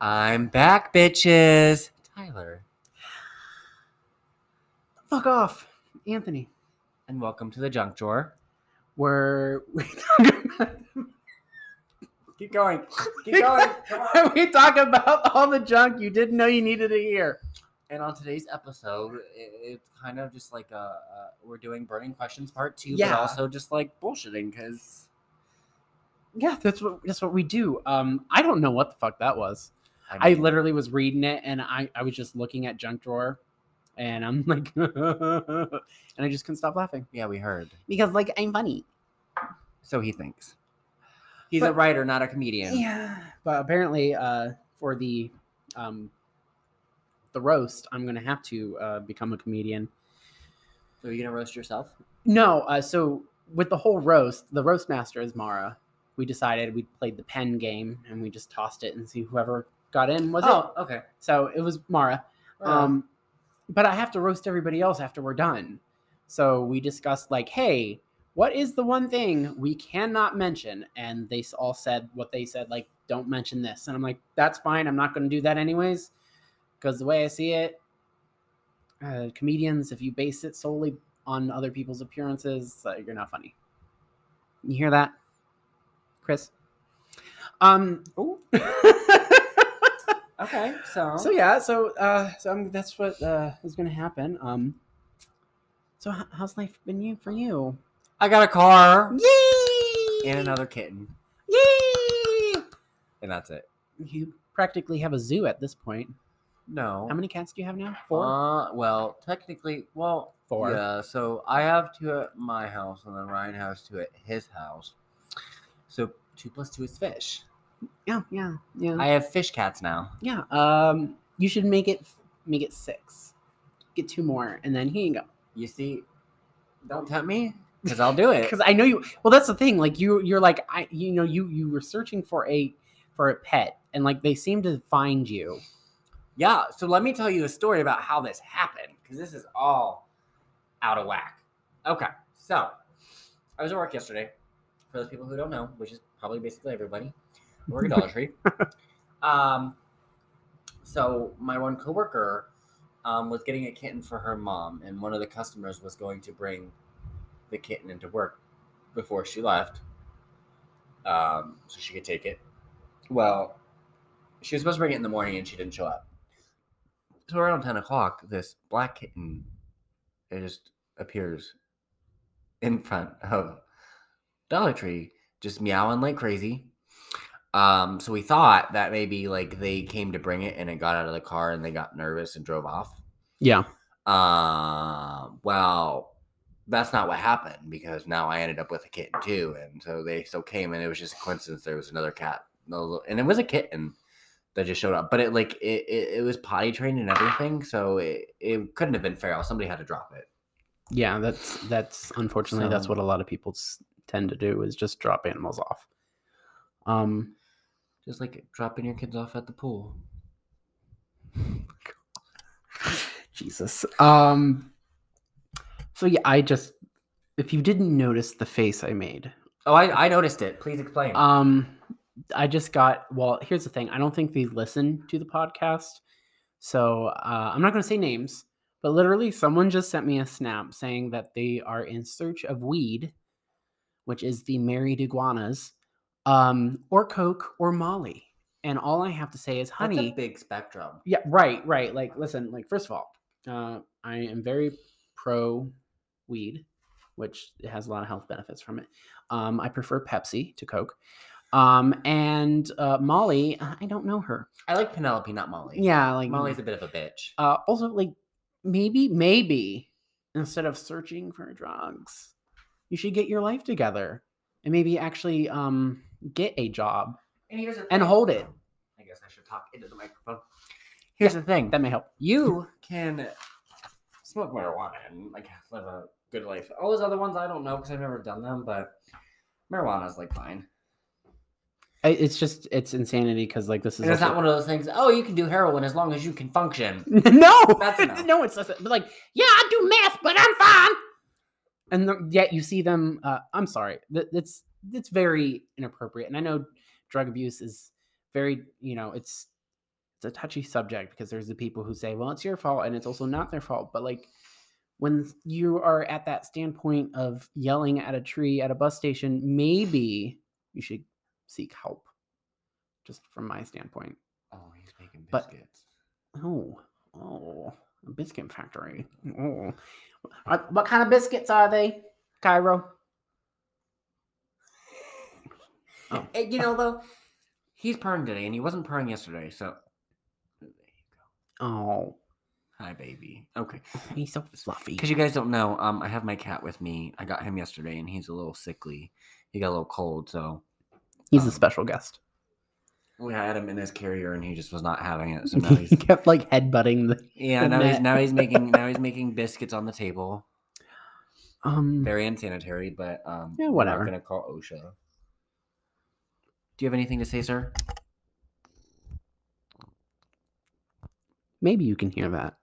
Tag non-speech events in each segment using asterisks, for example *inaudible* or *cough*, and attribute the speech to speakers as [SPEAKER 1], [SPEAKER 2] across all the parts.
[SPEAKER 1] I'm back, bitches. Tyler,
[SPEAKER 2] Fuck off, Anthony.
[SPEAKER 1] and welcome to the junk drawer.
[SPEAKER 2] Were we talking about,
[SPEAKER 1] Keep going. *laughs*
[SPEAKER 2] Keep going. Come were *laughs* we talking about all the junk you didn't know you needed to hear?
[SPEAKER 1] And on today's episode, it, it's kind of just like a, a we're doing burning questions part two,
[SPEAKER 2] Yeah.
[SPEAKER 1] but also just like bullshitting because
[SPEAKER 2] Yeah, that's what that's what we do. Um, I don't know what the fuck that was. I literally was reading it and I, I was just looking at junk drawer and I'm *laughs* like and I just couldn't stop laughing.
[SPEAKER 1] yeah, we heard.
[SPEAKER 2] Because like I'm funny.
[SPEAKER 1] So he thinks he's a
[SPEAKER 2] But-
[SPEAKER 1] writer, not a comedian.
[SPEAKER 2] But apparently, uh, for the um, the roast, I'm gonna have to uh, become a comedian.
[SPEAKER 1] So are you gonna roast yourself?
[SPEAKER 2] No, uh, so with the whole roast, the roast master is Mara. We decided we played the pen game and we just tossed it and see whoever got in was it.
[SPEAKER 1] oh, okay.
[SPEAKER 2] So it was Mara. Um, but I have to roast everybody else after we're done. So we discussed like, hey, what is the one thing we cannot mention? And they s- all said what they said, like, don't mention this. And I'm like, that's fine. I'm not going to do that anyways, because the way I see it, uh, comedians, if you base it solely on other people's appearances, uh, you're not funny. You hear that, Chris? Um. *laughs*
[SPEAKER 1] Ooh. okay. So.
[SPEAKER 2] So yeah, so uh, so um, that's what uh, is going to happen. Um, so h- how's life been you for you?
[SPEAKER 1] I got a car
[SPEAKER 2] Yay!
[SPEAKER 1] and another kitten,
[SPEAKER 2] Yay!
[SPEAKER 1] and that's it.
[SPEAKER 2] You practically have a zoo at this point.
[SPEAKER 1] No.
[SPEAKER 2] How many cats do you have now? Four.
[SPEAKER 1] Uh, well, technically, well,
[SPEAKER 2] Four.
[SPEAKER 1] Yeah. So I have two at my house, and then Ryan has two at his house. So two plus two is fish.
[SPEAKER 2] yeah, yeah, yeah,
[SPEAKER 1] I have fish cats now.
[SPEAKER 2] yeah. Um, you should make it make it six. Get two more, and then here you go.
[SPEAKER 1] You see, don't tempt me, because I'll do
[SPEAKER 2] *laughs*
[SPEAKER 1] it.
[SPEAKER 2] because I know you. Well, that's the thing. Like you, you're like I, you know, you you were searching for a for a pet, and like they seem to find you.
[SPEAKER 1] yeah. So let me tell you a story about how this happened, because this is all out of whack. Okay. So I was at work yesterday. For those people who don't know, which is probably basically everybody, I work at Dollar Tree. Um, so my one coworker um, was getting a kitten for her mom, and one of the customers was going to bring the kitten into work before she left, um, so she could take it. Well, she was supposed to bring it in the morning, and she didn't show up. So around ten o'clock, this black kitten it just appears in front of Dollar Tree, just meowing like crazy. Um, so we thought that maybe like they came to bring it and it got out of the car and they got nervous and drove off.
[SPEAKER 2] Yeah.
[SPEAKER 1] Um, well, that's not what happened because now I ended up with a kitten too, and so they still came, and it was just a coincidence there was another cat, no little- and it was a kitten that just showed up, but it like it it, it was potty trained and everything, so it it couldn't have been feral. Somebody had to drop it.
[SPEAKER 2] Yeah, that's that's unfortunately that's
[SPEAKER 1] So-
[SPEAKER 2] what a lot of people s- tend to do is just drop animals off. Um,
[SPEAKER 1] Just like dropping your kids off at the pool.
[SPEAKER 2] Jesus. Um, so yeah, I just if you didn't notice the face I made,
[SPEAKER 1] Oh, I, I noticed it. Please explain.
[SPEAKER 2] um, I just got well. Here's the thing: I don't think they listen to the podcast, so uh, I'm not going to say names. But literally, someone just sent me a snap saying that they are in search of weed, which is the married iguanas, um, or coke or Molly. And all I have to say is,
[SPEAKER 1] That's
[SPEAKER 2] honey,
[SPEAKER 1] a big spectrum.
[SPEAKER 2] yeah, right, right. Like, listen, like, first of all, uh, I am very pro weed, which it has a lot of health benefits from it. Um, I prefer Pepsi to Coke. Um, and uh, Molly, uh, I don't know her.
[SPEAKER 1] I like Penelope, not Molly.
[SPEAKER 2] Yeah, like
[SPEAKER 1] Molly's a bit of a bitch.
[SPEAKER 2] Uh, also, like, maybe, maybe instead of searching for drugs, you should get your life together and maybe actually um, get a job.
[SPEAKER 1] And here's the thing-
[SPEAKER 2] and hold it.
[SPEAKER 1] I guess I should talk into the microphone. Here's the thing.
[SPEAKER 2] That may help.
[SPEAKER 1] you can smoke marijuana and like live a good life. All those other ones I don't know because I've never done them, but marijuana's like fine.
[SPEAKER 2] I- It's just, it's insanity because, like, this is.
[SPEAKER 1] And it's
[SPEAKER 2] also-
[SPEAKER 1] not one of those things. Oh, you can do heroin as long as you can function.
[SPEAKER 2] *laughs* no,
[SPEAKER 1] That's *laughs* enough.
[SPEAKER 2] no, it's just, like, yeah, I do math, but I'm fine. And the, yet you see them. Uh, I'm sorry, th- that's that's very inappropriate. And I know drug abuse is very, you know, it's it's a touchy subject because there's the people who say, well, it's your fault and it's also not their fault. But like when you are at that standpoint of yelling at a tree at a bus station, maybe you should seek help. Just from my standpoint.
[SPEAKER 1] Oh, he's making
[SPEAKER 2] But-
[SPEAKER 1] biscuits.
[SPEAKER 2] Oh, oh, a biscuit factory. Oh, Are- what kind of biscuits are they, Cairo? Oh.
[SPEAKER 1] Eh, you know, though, he's purring today, and he wasn't purring yesterday. So,
[SPEAKER 2] Oh,
[SPEAKER 1] hi, baby. Okay,
[SPEAKER 2] he's so fluffy.
[SPEAKER 1] because you guys don't know, um, I have my cat with me. I got him yesterday, and he's a little sickly. He got a little cold, so
[SPEAKER 2] He's
[SPEAKER 1] um,
[SPEAKER 2] a special guest.
[SPEAKER 1] we Oh, had him in his carrier, and he just was not having *laughs* it. So now
[SPEAKER 2] *laughs* he
[SPEAKER 1] he's
[SPEAKER 2] kept like headbutting the
[SPEAKER 1] yeah,
[SPEAKER 2] the
[SPEAKER 1] now he's
[SPEAKER 2] net.
[SPEAKER 1] now he's making now he's making biscuits on the table.
[SPEAKER 2] um.
[SPEAKER 1] Very unsanitary, but um,
[SPEAKER 2] Yeah,
[SPEAKER 1] We're
[SPEAKER 2] whatever.
[SPEAKER 1] not gonna call OSHA. Do you have anything to say, sir?
[SPEAKER 2] Maybe you can hear that.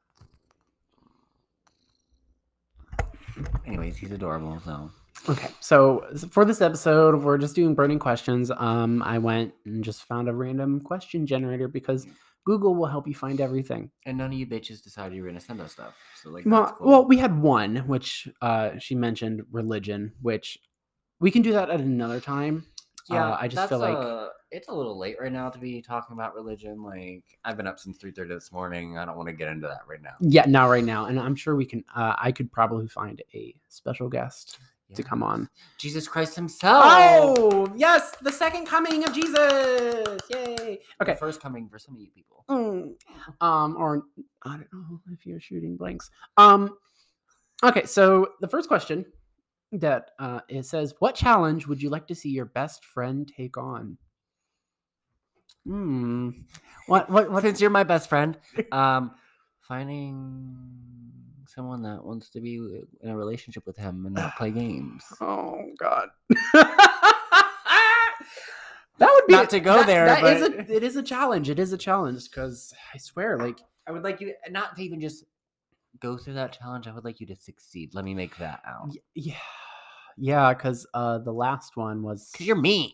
[SPEAKER 1] Anyways, he's adorable. So
[SPEAKER 2] Okay, so s- for this episode, we're just doing burning questions. Um, I went and just found a random question generator because Google will help you find everything.
[SPEAKER 1] And none of you bitches decided you were gonna send us stuff. So like,
[SPEAKER 2] Well,
[SPEAKER 1] that's cool.
[SPEAKER 2] well, we had one which uh, she mentioned religion, which we can do that at another time. uh, I just
[SPEAKER 1] that's,
[SPEAKER 2] feel like-
[SPEAKER 1] uh, it's a little late right now to be talking about religion. Like, I've been up since three thirty this morning. I don't want to get into that right now.
[SPEAKER 2] Yeah, not right now, and I'm sure we can. Uh, I could probably find a special guest to come Oh! on.
[SPEAKER 1] Jesus Christ Himself.
[SPEAKER 2] yes, the second coming of Jesus! Yay!
[SPEAKER 1] The
[SPEAKER 2] Okay,
[SPEAKER 1] first coming for some of you people.
[SPEAKER 2] Mm. um or i don't know if you're shooting blanks um okay so the first question that uh it says what challenge would you like to see your best friend take on hmm what what what
[SPEAKER 1] Since you're my best friend, um, finding someone that wants to be in a relationship with him and not play games.
[SPEAKER 2] oh god *laughs* that would be
[SPEAKER 1] Not to go
[SPEAKER 2] that-
[SPEAKER 1] there,
[SPEAKER 2] that is
[SPEAKER 1] but-
[SPEAKER 2] a, it is a challenge it is a challenge because i swear like
[SPEAKER 1] I would like you not to even just go through that challenge. I would like you to succeed. Let me make that out.
[SPEAKER 2] y- yeah yeah because uh the last one was
[SPEAKER 1] Cause you're mean.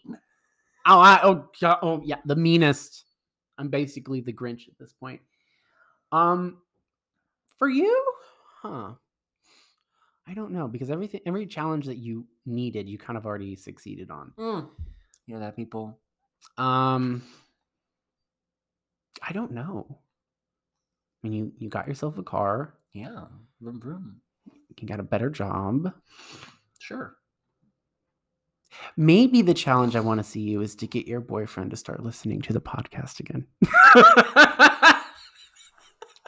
[SPEAKER 2] Oh, I oh, yeah, oh yeah, the meanest. I'm basically the Grinch at this point. Um, for you, huh? I don't know because everything, every challenge that you needed, you kind of already succeeded on.
[SPEAKER 1] Mm. You know that people.
[SPEAKER 2] Um, I don't know. I mean, you you got yourself a car,
[SPEAKER 1] Yeah. Vroom vroom.
[SPEAKER 2] you got a better job.
[SPEAKER 1] Sure.
[SPEAKER 2] Maybe the challenge I want to see you is to get your boyfriend to start listening to the podcast again. *laughs*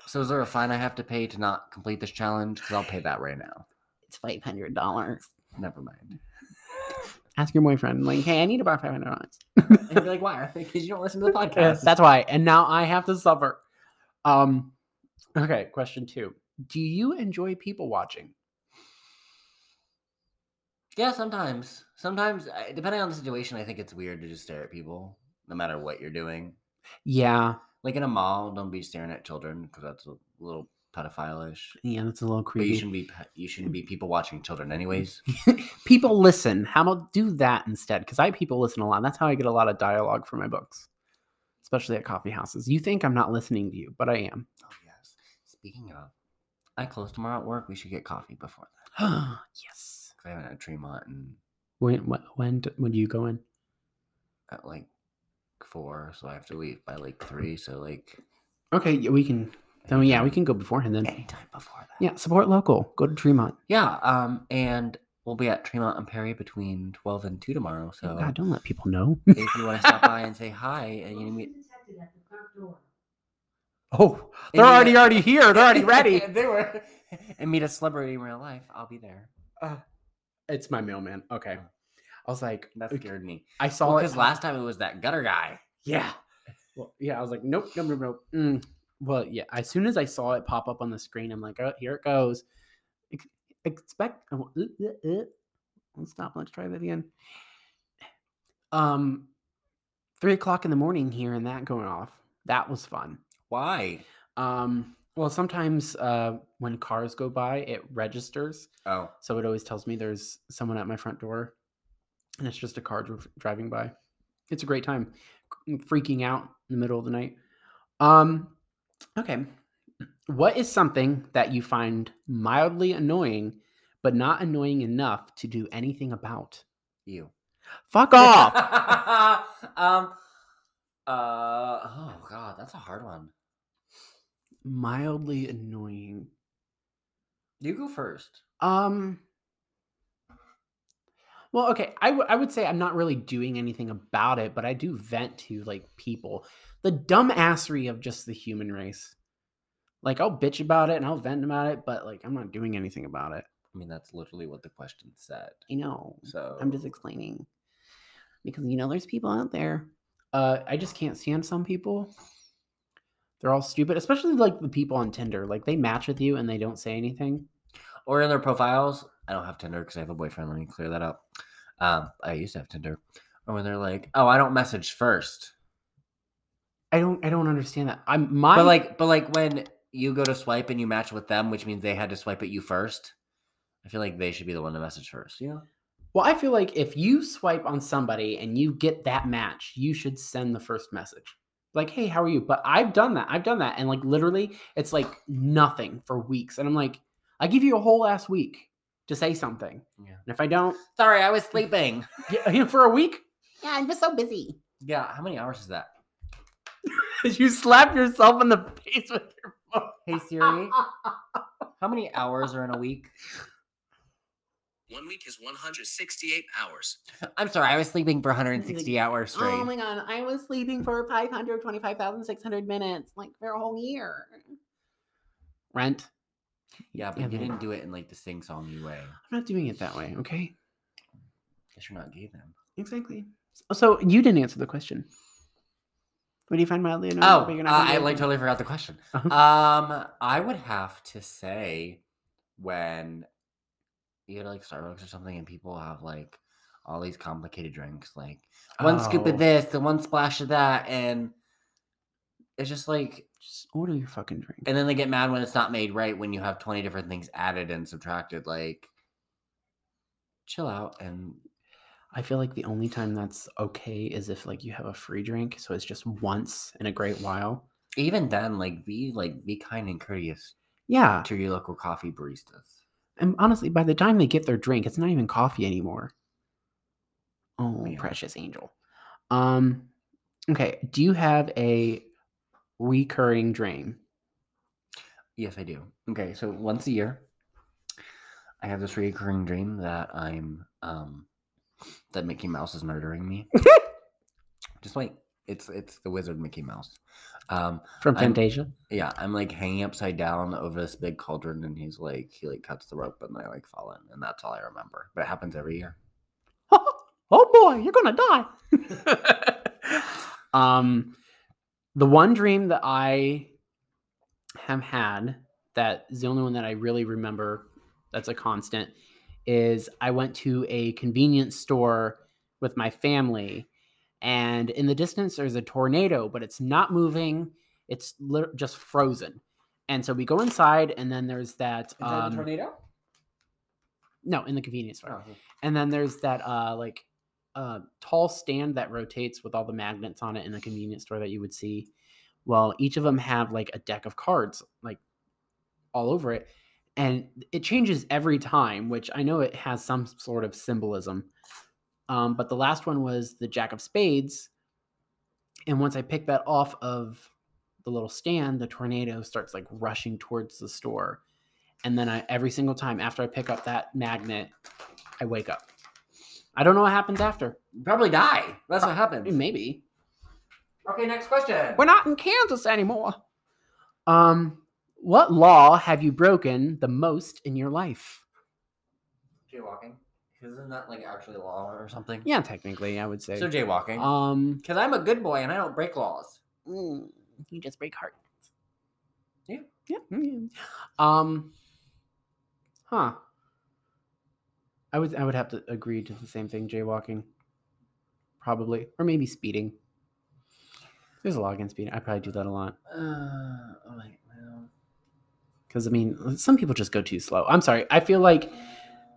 [SPEAKER 1] So is there a fine I have to pay to not complete this challenge? Because I'll pay that right now.
[SPEAKER 2] it's five hundred dollars.
[SPEAKER 1] Never mind.
[SPEAKER 2] ask your boyfriend, like, hey, I need about five hundred dollars.
[SPEAKER 1] And you'll be like, why? *laughs* Because you don't listen to the podcast.
[SPEAKER 2] That's why. And now I have to suffer. Um okay, question two. Do you enjoy people watching?
[SPEAKER 1] yeah. Sometimes, sometimes, I- depending on the situation, I think it's weird to just stare at people, no matter what you're doing.
[SPEAKER 2] Yeah.
[SPEAKER 1] Like in a mall, don't be staring at children because that's a little pedophile-ish.
[SPEAKER 2] Yeah, that's a little
[SPEAKER 1] But you
[SPEAKER 2] creepy.
[SPEAKER 1] shouldn't be pe- you shouldn't be people watching children
[SPEAKER 2] *laughs*
[SPEAKER 1] anyways.
[SPEAKER 2] people listen. How about do that instead? Because I people listen a lot. That's how I get a lot of dialogue for my books. Especially at coffee houses. You think I'm not listening to you, but I am. *gasps*
[SPEAKER 1] Oh yes. Speaking of, I close tomorrow at work. We should get coffee before that
[SPEAKER 2] yes.
[SPEAKER 1] 'cause I haven't had Tremont in
[SPEAKER 2] When when when, d- when do you go in?
[SPEAKER 1] at like four, so I have to leave by like three. So like
[SPEAKER 2] Okay, yeah, we can. Then yeah, we can go beforehand then.
[SPEAKER 1] anytime before that.
[SPEAKER 2] Yeah, support local. Go to Tremont.
[SPEAKER 1] Yeah. Um, and we'll be at Tremont and Perry between twelve and two tomorrow. So
[SPEAKER 2] God, don't let people know.
[SPEAKER 1] if you want to stop by and say hi, and you meet,
[SPEAKER 2] Oh,
[SPEAKER 1] they're already-
[SPEAKER 2] *laughs* already here. They're
[SPEAKER 1] *laughs*
[SPEAKER 2] *laughs*
[SPEAKER 1] they were and meet a celebrity in real life. I'll be there.
[SPEAKER 2] it's my mailman. Okay. I was like,
[SPEAKER 1] That
[SPEAKER 2] okay.
[SPEAKER 1] scared me.
[SPEAKER 2] I saw it.
[SPEAKER 1] Because
[SPEAKER 2] pop-
[SPEAKER 1] last time it was that gutter guy.
[SPEAKER 2] yeah. Well, yeah. I was like, nope, nope, nope, nope. Mm. Well, yeah. As soon as I saw it pop up on the screen, I'm like, oh, here it goes. Ex- expect. oh, uh, uh, uh. Let's stop. Let's try that again. Um, three o'clock in the morning here, and that going off. That was fun.
[SPEAKER 1] Why?
[SPEAKER 2] Um, well, sometimes uh, when cars go by, it registers.
[SPEAKER 1] Oh,
[SPEAKER 2] So it always tells me there's someone at my front door, and it's mm, just a car dri- driving by. It's a great time, c- freaking out in the middle of the night. Um, okay. What is something that you find mildly annoying, but not annoying enough to do anything about?
[SPEAKER 1] *laughs* You. *laughs*
[SPEAKER 2] Fuck off.
[SPEAKER 1] um. Uh. Oh God, that's a hard one.
[SPEAKER 2] *laughs* mildly annoying.
[SPEAKER 1] You go first.
[SPEAKER 2] Um. Well, okay. I, w- I would say I'm not really doing anything about it, but I do vent to like people. The dumbassery of just the human race. Like I'll bitch about it and I'll vent about it, but like I'm not doing anything about it.
[SPEAKER 1] I mean, that's literally what the question said.
[SPEAKER 2] You know.
[SPEAKER 1] So
[SPEAKER 2] I'm just explaining because you know there's people out there. Uh, I just can't stand some people. They're all stupid, especially like the people on Tinder. Like they match with you and they don't say anything.
[SPEAKER 1] or in their profiles. I don't have Tinder because I have a boyfriend. Let me clear that up. Um, I used to have Tinder. Or when they're like, "Oh, I don't message first.
[SPEAKER 2] I don't. I don't understand that. I'm my
[SPEAKER 1] but like, but like when you go to swipe and you match with them, which means they had to swipe at you first. I feel like they should be the one to message first. You know?
[SPEAKER 2] Well, I feel like if you swipe on somebody and you get that match, you should send the first message. Like, hey, how are you? But I've done that. I've done that. And like literally, it's like nothing for weeks. And I'm like, I give you a whole last week to say something.
[SPEAKER 1] Yeah.
[SPEAKER 2] And if I don't,
[SPEAKER 1] Sorry, I was sleeping.
[SPEAKER 2] yeah, *laughs* for a week, yeah, I'm just so busy.
[SPEAKER 1] yeah. How many hours is that?
[SPEAKER 2] you slap yourself in the face with *laughs* your phone.
[SPEAKER 1] Hey Siri, how many hours are in a week?
[SPEAKER 3] One week is 168 hours.
[SPEAKER 1] I'm sorry, I was sleeping for 160 hours straight.
[SPEAKER 2] Oh my god, I was sleeping for 525,600 minutes, like for a whole year. Rent.
[SPEAKER 1] yeah, but
[SPEAKER 2] Yeah,
[SPEAKER 1] you
[SPEAKER 2] man.
[SPEAKER 1] didn't do it in like the sing songy way.
[SPEAKER 2] I'm not doing it that way, okay?
[SPEAKER 1] Guess you're not gay then.
[SPEAKER 2] Exactly. So you didn't answer the question. What do you find mildly annoying?
[SPEAKER 1] Oh,
[SPEAKER 2] but you're
[SPEAKER 1] uh,
[SPEAKER 2] not gonna
[SPEAKER 1] I like
[SPEAKER 2] do anything?
[SPEAKER 1] totally forgot the question.
[SPEAKER 2] *laughs* Uh-huh.
[SPEAKER 1] Um, I would have to say when you go to like Starbucks or something, and people have like all these complicated drinks, like one scoop
[SPEAKER 2] Oh.
[SPEAKER 1] of this and one splash of that, and it's just like,
[SPEAKER 2] Just order your fucking drink.
[SPEAKER 1] and then they get mad when it's not made right when you have 20 different things added and subtracted. Like, chill out and
[SPEAKER 2] I feel like the only time that's okay is if like you have a free drink, so it's just once in a great while.
[SPEAKER 1] even then, like, be like, be kind and courteous
[SPEAKER 2] Yeah,
[SPEAKER 1] to your local coffee baristas.
[SPEAKER 2] and honestly, by the time they get their drink, it's not even coffee anymore. Oh,
[SPEAKER 1] Yeah.
[SPEAKER 2] precious angel. Um, okay. Do you have a recurring dream?
[SPEAKER 1] Yes, I do. Okay, so once a year, I have this recurring dream that I'm um that Mickey Mouse is murdering me. Just wait, it's it's the wizard Mickey Mouse. Um,
[SPEAKER 2] From
[SPEAKER 1] I'm-
[SPEAKER 2] Fantasia.
[SPEAKER 1] yeah, I'm like hanging upside down over this big cauldron, and he's like he like cuts the rope, and I like fall in, and that's all I remember. But it happens every year.
[SPEAKER 2] *laughs* oh boy, you're gonna die. *laughs* um, the one dream that I have had that is the only one that I really remember that's a constant is I went to a convenience store with my family, and in the distance there's a tornado, but it's not moving; it's lit- just frozen. And so we go inside, and then there's that. Um,
[SPEAKER 1] tornado?
[SPEAKER 2] no, in the convenience store. And then there's that uh like uh tall stand that rotates with all the magnets on it in the convenience store that you would see. Well, each of them have like a deck of cards like all over it and it changes every time, which I know it has some sort of symbolism. Um but the last one was the jack of spades and once I picked that off of the little stand, the tornado starts like rushing towards the store. And then I, every single time after I pick up that magnet, I wake up. I don't know what happens after.
[SPEAKER 1] Probably die. That's what
[SPEAKER 2] I
[SPEAKER 1] happens.
[SPEAKER 2] mean, Maybe
[SPEAKER 1] Okay, next question.
[SPEAKER 2] we're not in Kansas anymore. Um, what law have you broken the most in your life?
[SPEAKER 1] Jaywalking. Because isn't that like actually law or something?
[SPEAKER 2] Yeah, technically, I would say.
[SPEAKER 1] So jaywalking.
[SPEAKER 2] um,
[SPEAKER 1] Because I'm a good boy and I don't break laws.
[SPEAKER 2] mm, you just break hearts.
[SPEAKER 1] Yeah.
[SPEAKER 2] Yeah. mm, yeah. Um. Huh. I would I would have to agree to the same thing. Jaywalking, probably, or maybe speeding. There's a law against speeding. I probably do that a lot.
[SPEAKER 1] Uh, I'm like, well,
[SPEAKER 2] Because I mean, some people just go too slow. I'm sorry. I feel like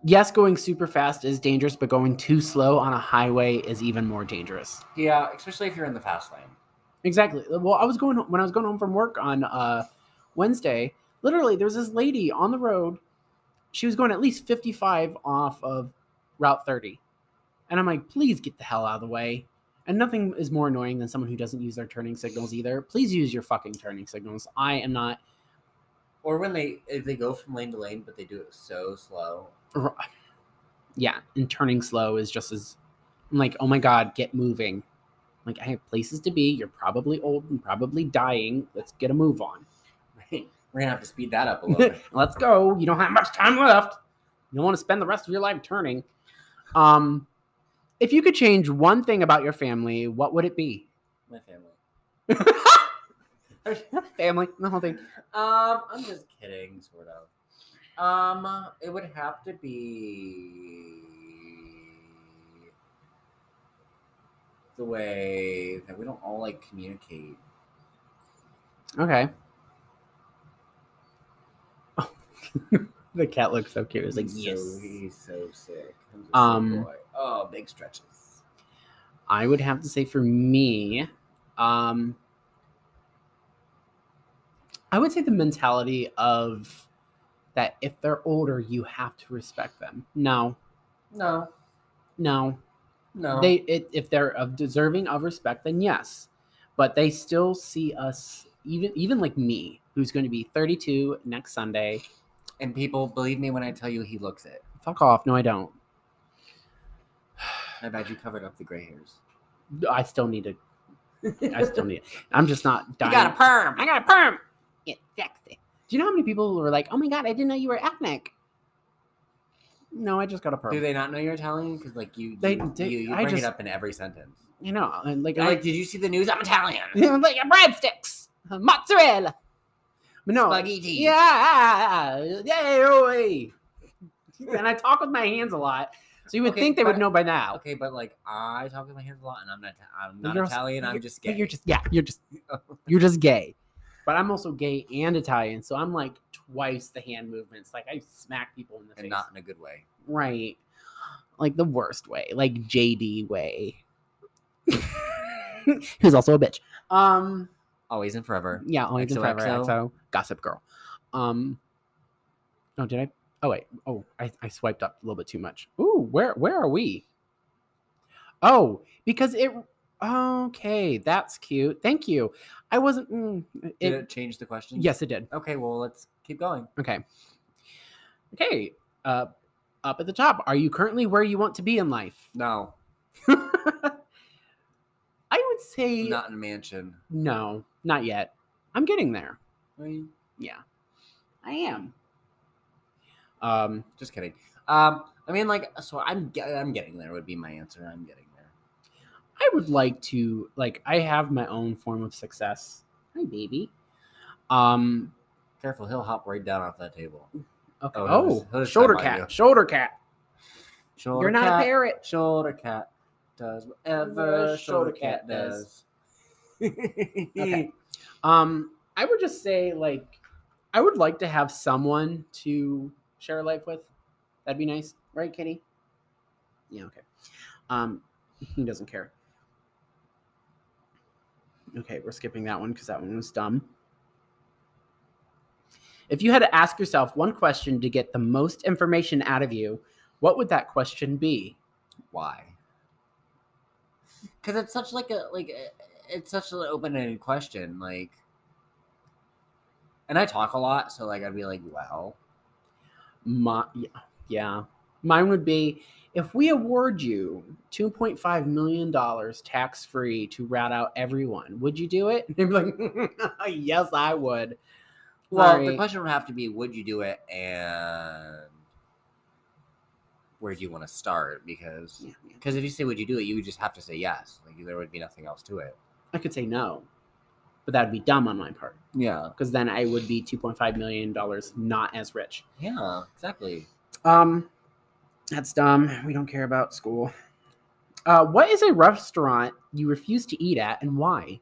[SPEAKER 2] yes, going super fast is dangerous, but going too slow on a highway is even more dangerous.
[SPEAKER 1] yeah, especially if you're in the fast lane.
[SPEAKER 2] Exactly. Well, I was going when I was going home from work on uh, Wednesday. Literally, there was this lady on the road. She was going at least 55 off of Route 30, and I'm like, please get the hell out of the way. And nothing is more annoying than someone who doesn't use their turning signals either. Please use your fucking turning signals. I am not.
[SPEAKER 1] Or when they if they go from lane to lane, but they do it so slow. *laughs*
[SPEAKER 2] Yeah, and turning slow is just as. I'm like, oh my god, get moving. Like I have places to be. You're probably old and probably dying. Let's get a move on.
[SPEAKER 1] We're gonna have to speed that up a *laughs* little bit.
[SPEAKER 2] Let's go. You don't have much time left. You don't want to spend the rest of your life turning. Um, if you could change one thing about your family, what would it be?
[SPEAKER 1] My family.
[SPEAKER 2] *laughs* family, the whole thing.
[SPEAKER 1] Um, I'm just kidding, sort of. Um, it would have to be the way that we don't all like communicate.
[SPEAKER 2] Okay. *laughs* the cat looks so cute. It's like
[SPEAKER 1] he's
[SPEAKER 2] yes.
[SPEAKER 1] so, he's so sick. I'm just
[SPEAKER 2] Um,
[SPEAKER 1] sick boy. oh, big stretches.
[SPEAKER 2] I would have to say for me, um, I would say the mentality of that if they're older, you have to respect them. No,
[SPEAKER 1] No,
[SPEAKER 2] no,
[SPEAKER 1] no.
[SPEAKER 2] they it, if they're of deserving of respect then yes but they still see us even even like me who's going to be 32 next sunday
[SPEAKER 1] and people believe me when I tell you he looks it.
[SPEAKER 2] fuck off no i don't
[SPEAKER 1] I bet you covered up the gray hairs.
[SPEAKER 2] i still need to
[SPEAKER 1] *laughs*
[SPEAKER 2] i still need it i'm just not dying
[SPEAKER 1] perm.
[SPEAKER 2] i got a perm it's sexy do you know how many people were like oh my god i didn't know you were ethnic no i just got a perm
[SPEAKER 1] Do they not know you're Italian? Because like you,
[SPEAKER 2] They
[SPEAKER 1] you,
[SPEAKER 2] did-
[SPEAKER 1] you, you
[SPEAKER 2] I
[SPEAKER 1] bring
[SPEAKER 2] just-
[SPEAKER 1] it up in every sentence.
[SPEAKER 2] you know and like *laughs*
[SPEAKER 1] You're
[SPEAKER 2] I,
[SPEAKER 1] like, did you see the news? I'm Italian.
[SPEAKER 2] like breadsticks Uh-huh. mozzarella but no
[SPEAKER 1] Spaghetti.
[SPEAKER 2] Yeah. Yay. and I talk with my hands a lot. So you would
[SPEAKER 1] Okay,
[SPEAKER 2] think they would
[SPEAKER 1] but-
[SPEAKER 2] know by now.
[SPEAKER 1] Okay, but like I talk with my hands a lot, and I'm not. I'm
[SPEAKER 2] But
[SPEAKER 1] not
[SPEAKER 2] you're also-
[SPEAKER 1] Italian. I'm
[SPEAKER 2] you're-
[SPEAKER 1] just
[SPEAKER 2] but
[SPEAKER 1] gay. Oh.
[SPEAKER 2] You're just yeah,
[SPEAKER 1] *laughs*
[SPEAKER 2] you're just you're just gay. But I'm also gay and Italian, so I'm like twice the hand movements. Like I smack people in the
[SPEAKER 1] and
[SPEAKER 2] face.
[SPEAKER 1] not in a good way.
[SPEAKER 2] right. Like the worst way. Like JD way. *laughs* Who's also a bitch. Um
[SPEAKER 1] Always and forever.
[SPEAKER 2] Yeah, only XO, forever.
[SPEAKER 1] XOXO.
[SPEAKER 2] XO, Gossip Girl. Um. Oh, did I? Oh wait. Oh, I, I swiped up a little bit too much. Ooh, where where are we? Oh, because it. Okay, that's cute. Thank you. I wasn't. Mm,
[SPEAKER 1] Did
[SPEAKER 2] it,
[SPEAKER 1] it, change the question?
[SPEAKER 2] yes, it did.
[SPEAKER 1] Okay, well let's keep going.
[SPEAKER 2] Okay. Okay. Uh, up at the top. Are you currently where you want to be in life?
[SPEAKER 1] No,
[SPEAKER 2] I would say
[SPEAKER 1] not in a mansion.
[SPEAKER 2] no, not yet. I'm getting there.
[SPEAKER 1] I mean,
[SPEAKER 2] Yeah, I am. Um,
[SPEAKER 1] Just kidding. Um, I mean, like, so I'm. ge- I'm getting there. Would be my answer. I'm getting there.
[SPEAKER 2] I would like to like I have my own form of success. Hi, baby. Um.
[SPEAKER 1] Careful, he'll hop right down off that table.
[SPEAKER 2] Okay.
[SPEAKER 1] Oh,
[SPEAKER 2] Oh,
[SPEAKER 1] no, this- this
[SPEAKER 2] shoulder
[SPEAKER 1] time I
[SPEAKER 2] cat.
[SPEAKER 1] do.
[SPEAKER 2] Shoulder cat.
[SPEAKER 1] Shoulder
[SPEAKER 2] You're not
[SPEAKER 1] cat,
[SPEAKER 2] a parrot.
[SPEAKER 1] Shoulder cat does whatever
[SPEAKER 2] Whatever
[SPEAKER 1] a shoulder cat does. *laughs* okay.
[SPEAKER 2] Um. I would just say like I would like to have someone to share a life with. That'd be nice, right, Kitty? Yeah. Okay. Um. He doesn't care. Okay, we're skipping that one because that one was dumb. If you had to ask yourself one question to get the most information out of you, what would that question be?
[SPEAKER 1] Why? Because it's such like a like uh, it's such an open-ended question. Like, and I talk a lot, so like I'd be like, well,
[SPEAKER 2] My, yeah. Mine would be if we award you $2.5 million tax free to rat out everyone, would you do it? *laughs* And they'd be like, yes, I would.
[SPEAKER 1] well, the
[SPEAKER 2] Sorry.
[SPEAKER 1] question would have to be, would you do it, and where do you want to start? Because
[SPEAKER 2] Yeah, yeah.
[SPEAKER 1] because if you say would you do it, you would just have to say yes. Like there would be nothing else to it.
[SPEAKER 2] I could say no, but that'd be dumb on my part
[SPEAKER 1] Yeah.
[SPEAKER 2] because then I would be $2.5 million not as rich.
[SPEAKER 1] Yeah. Exactly.
[SPEAKER 2] Um, that's dumb. We don't care about school. Uh, what is a restaurant you refuse to eat at and why? Do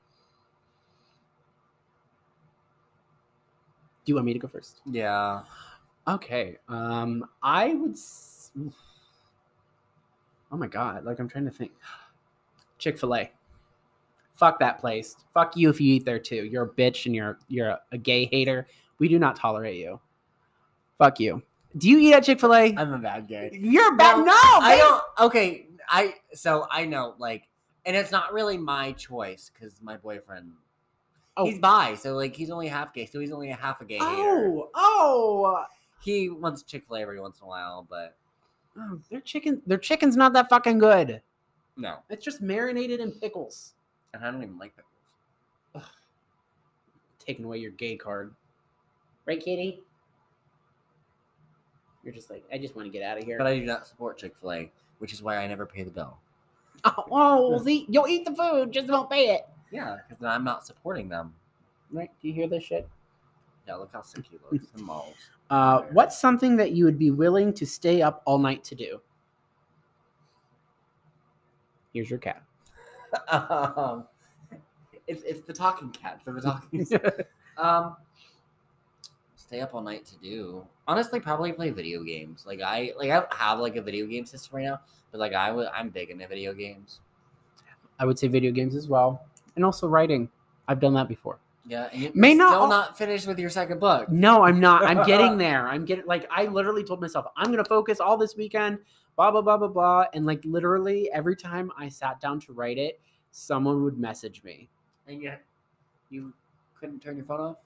[SPEAKER 2] you want me to go first?
[SPEAKER 1] Yeah.
[SPEAKER 2] Okay. Um, I would. S- oof. oh my god! Like I'm trying to think. Chick Fil A. Fuck that place. Fuck you if you eat there too. You're a bitch and you're you're a, a gay hater. We do not tolerate you. Fuck you. Do you eat at Chick Fil A?
[SPEAKER 1] I'm a bad
[SPEAKER 2] *laughs*
[SPEAKER 1] guy.
[SPEAKER 2] You're bad.
[SPEAKER 1] No,
[SPEAKER 2] No,
[SPEAKER 1] I
[SPEAKER 2] babe.
[SPEAKER 1] don't. Okay, I so I know like, and it's not really my choice because my boyfriend,
[SPEAKER 2] Oh.
[SPEAKER 1] he's bi, so like he's only half gay, so he's only a half a gay. hater.
[SPEAKER 2] Oh, oh,
[SPEAKER 1] he wants Chick Fil A every once in a while, but
[SPEAKER 2] oh. Their chicken, their chicken's not that fucking good.
[SPEAKER 1] no,
[SPEAKER 2] It's just marinated in pickles.
[SPEAKER 1] and I don't even like pickles.
[SPEAKER 2] Taking away your gay card, right, Kitty? You're just like, I just want to get out of here.
[SPEAKER 1] But I do not support Chick Fil A, which is why I never pay the bill.
[SPEAKER 2] oh, *laughs* oh, well, see, you'll eat the food, just won't pay it.
[SPEAKER 1] Yeah, because I'm not supporting them.
[SPEAKER 2] Right? Do you hear this shit?
[SPEAKER 1] Yeah, look how sick he looks. The malls.
[SPEAKER 2] Uh, what's something that you would be willing to stay up all night to do? Here's your *laughs* cat.
[SPEAKER 1] *laughs* um, it's it's the talking cat for the
[SPEAKER 2] *laughs*
[SPEAKER 1] talking. um, stay up all night to do. Honestly, probably play video games. Like I like I have like a video game system right now, but like I would I'm big into video games.
[SPEAKER 2] I would say video games as well, and also writing. I've done that before.
[SPEAKER 1] Yeah, and you
[SPEAKER 2] May not
[SPEAKER 1] still
[SPEAKER 2] all-
[SPEAKER 1] not finished with your second book.
[SPEAKER 2] No, I'm not. I'm *laughs* getting there. I'm getting like I literally told myself I'm gonna focus all this weekend, blah blah blah blah blah, and like literally every time I sat down to write it, someone would message me.
[SPEAKER 1] And yet you couldn't turn your phone off.